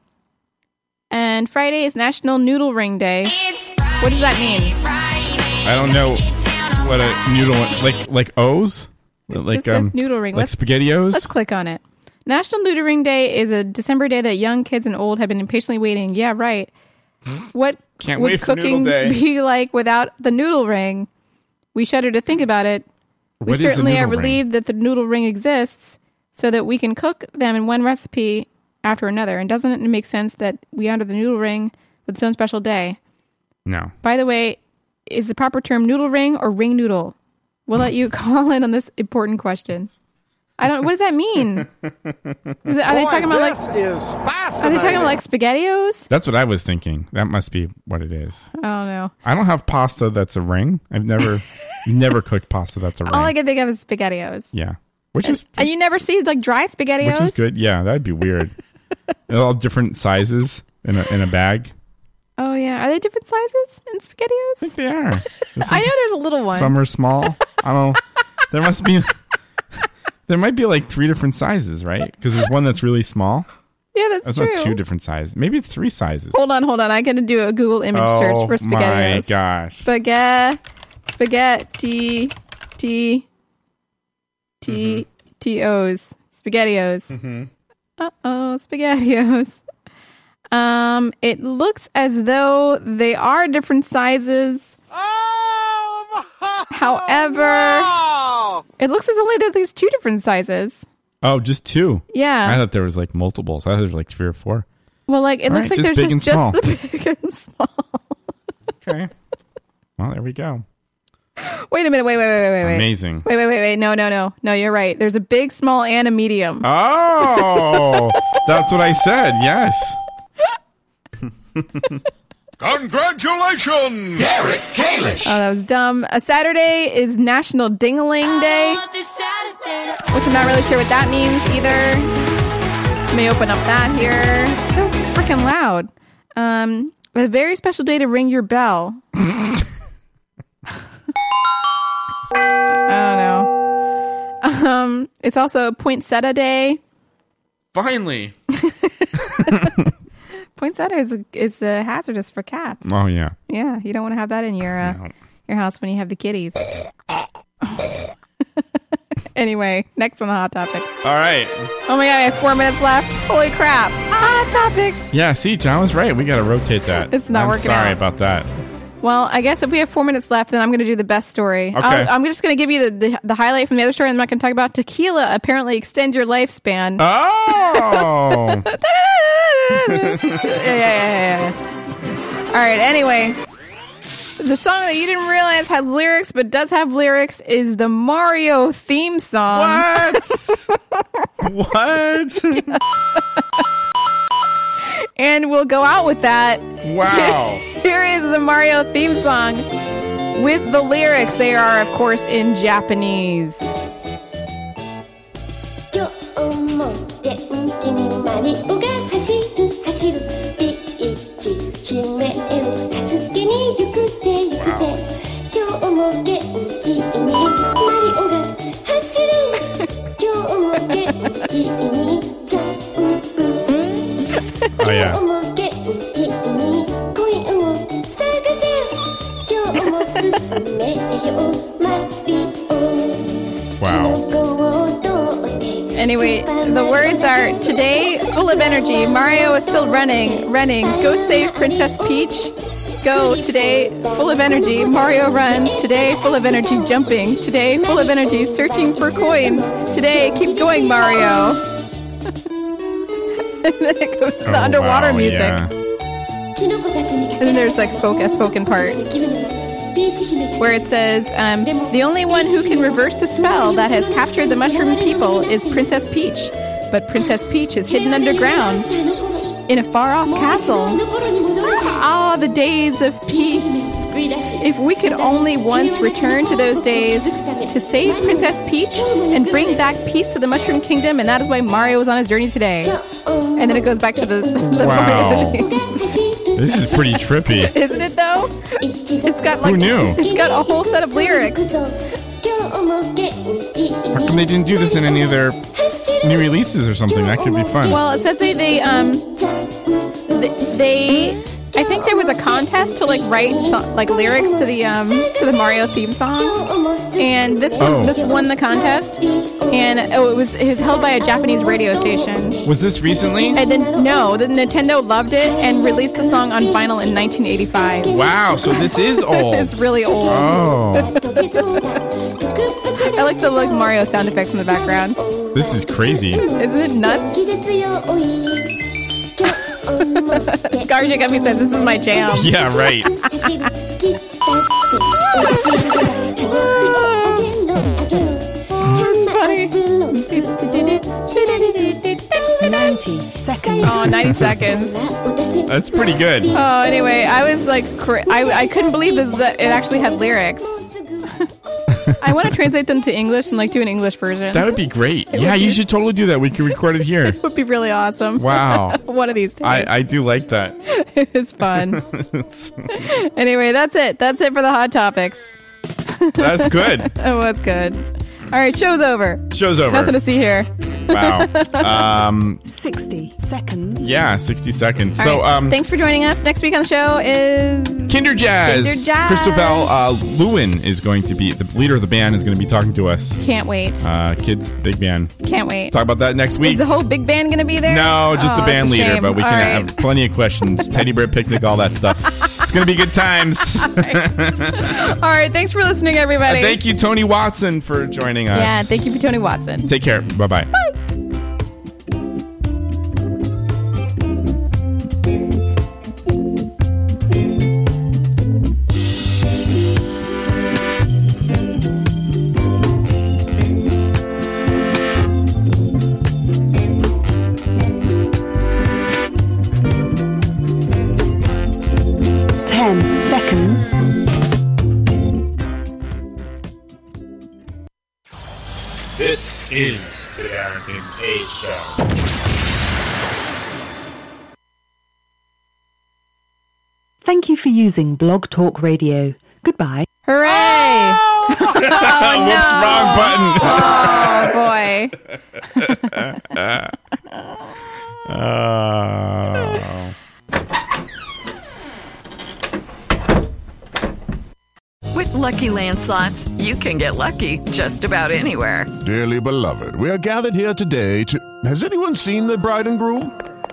And Friday is National Noodle Ring Day. what does that mean? I don't know what a noodle like like O's like says um noodle ring. like Let's- spaghettios. Let's click on it. National Noodle Ring Day is a December day that young kids and old have been impatiently waiting. Yeah, right. What Can't would wait for cooking Noodle <laughs> Day. be like without the noodle ring? We shudder to think about it. We What is a certainly are noodle ring? relieved that the noodle ring exists so that we can cook them in one recipe after another. And doesn't it make sense that we honor the noodle ring with its own special day? No. By the way, is the proper term noodle ring or ring noodle? We'll let you <laughs> call in on this important question. I don't. What does that mean? Is it- are they Boy, talking about like? this is spicy. Are they talking about like spaghettios? That's what I was thinking. That must be what it is. I don't know. I don't have pasta that's a ring. <laughs> I've never never cooked pasta that's a ring. All I can think of is spaghettios. yeah. Which is And you never see like dry spaghettios. which is good. Yeah, that'd <laughs> be weird. They're all different sizes in a in a bag. Oh yeah, are they different sizes in spaghettios? I think they are. <laughs> I know there's a little one. Some are small. I don't there must be <laughs> there might be like three different sizes, right? Because there's one that's really small. yeah, that's, That's true. not two different sizes. Maybe it's three sizes. Oh Hold on, hold on. I gotta do a Google image search for spaghettios. my gosh. Spaghetti, spaghetti, t, t, Mm-hmm. tos, spaghettios. Uh oh, spaghettios. Um, it looks as though they are different sizes. Oh, <laughs> However, it looks as only that there's two different sizes. Oh, just two. Yeah. I thought there was like multiples. I thought there was like three or four. <laughs> Well, like it All looks right, like just there's big just, just and the <laughs> big and small. okay. Well, there we go. Wait a minute. Wait, wait, wait, wait, wait. Amazing. Wait, wait, wait, wait. No, no, no. No, you're right. There's a big, small, and a medium. Oh, that's what I said. Yes. Congratulations, Derek Kalish. Oh, that was dumb. A Saturday is National Dingaling Day, which I'm not really sure what that means either. Let me open up that here. It's so freaking loud. Um, a very special day to ring your bell. <laughs> I don't know. Um, it's also Poinsettia Day. Finally. Poinsettia is a, is a hazardous for cats. Oh yeah. Yeah, you don't want to have that in your uh, your house when you have the kitties. <laughs> anyway, next on the hot topic. All right. Oh my god, I have four minutes left. Holy crap! Hot topics. Yeah. See, John was right. We got to rotate that. It's not I'm working Sorry out. about that. Well, I guess if we have four minutes left, then I'm going to do the best story. Okay. I'll- I'm just going to give you the, the the highlight from the other story. And I'm not going to talk about tequila. Apparently, extend your Uh. lifespan. Oh. <laughs> yeah, yeah, yeah, yeah. All right. Anyway, the song that you didn't realize had lyrics but does have lyrics is the Mario theme song. What? what? and we'll go out with that. Wow. Here is the Mario theme song with the lyrics. They are, of course, in Japanese. 今日も元気にマリオが走る走るビーチ姫を助けに行くぜ行くぜ今日も元気にマリオが走る今日も元気にジャンプ Oh, yeah. 今日も元気に恋を探せ今日も進めようマリオ Wow. こうどう Anyway, the words are today full of energy. Mario is still running, running. Go save Princess Peach. Go today full of energy. Mario runs. Today full of energy jumping. Today full of energy searching for coins. Today keep going, Mario. <laughs> and then it goes to Oh, the underwater wow, music. yeah. And then there's like spoke a spoken part where it says, um, "The only one who can reverse the spell that has captured the mushroom people is Princess Peach, but Princess Peach is hidden underground in a far-off castle. Ah, the days of peace! If we could only once return to those days to save Princess Peach and bring back peace to the Mushroom Kingdom, and that is why Mario was on his journey today." And then it goes back to the, <laughs> the <laughs> Wow. This is pretty trippy. Isn't it though? It's got like Who knew? It's got a whole set of lyrics. How come they didn't do this in any of their new releases or something? That could be fun. Well, it says they they um th- they I think there was a contest to like write so- like lyrics to the um to the Mario theme song, and this one Oh. this won the contest, and oh it was it was held by a Japanese radio station. Was this recently? <laughs> And then no, the Nintendo loved it and released the song on vinyl in 1985. Wow, so this <laughs> is old. it's really old. Oh. I like the <laughs> like Mario sound effects in the background. This is crazy. Isn't it nuts? Garja Gummy says this is my jam. Yeah, right. That's funny. 90 seconds Oh, 90 seconds. That's pretty good. Oh, anyway, I was like, cra- I, I couldn't believe this, that it actually had lyrics. I want to translate them to English and like do an English version. That would be great. It yeah, would you be- should totally do that. We can record it <laughs> here. would be really awesome. Wow. One of these days. I, I do like that. <laughs> it was <laughs> fun. anyway, that's it. That's it for the hot topics. That's good. that was good. All right, show's over. Show's over. Nothing to see here. <laughs> Wow. Um, 60 seconds. yeah, 60 seconds. so, um, Thanks for joining us. Next week on the show is Kinder Jazz. Kinder Jazz. Crystal Bell uh, Lewin is going to be the leader of the band. Is going to be talking to us. Can't wait. Uh, kids, big band. Can't wait. Talk about that next Is week. the whole big band going to be there? No, just Oh, the band that's a leader, shame. but we All can right. have plenty <laughs> of questions. Teddy bear picnic, all that stuff. It's going to be good times. All right. Thanks for listening, everybody. Uh, Thank you, Tony Watson, for joining us. Yeah, thank you for Oh, Tony Watson. Take care. <laughs> Bye bye. <laughs> Ten seconds. This is the Darrington K Show. Thank you for using Blog Talk Radio. Goodbye. Hooray! Oh, <laughs> Whoops, wrong button. Oh, boy. Oh. With Lucky Land slots, you can get lucky just about anywhere. Dearly beloved, we are gathered here today to. Has anyone seen the bride and groom?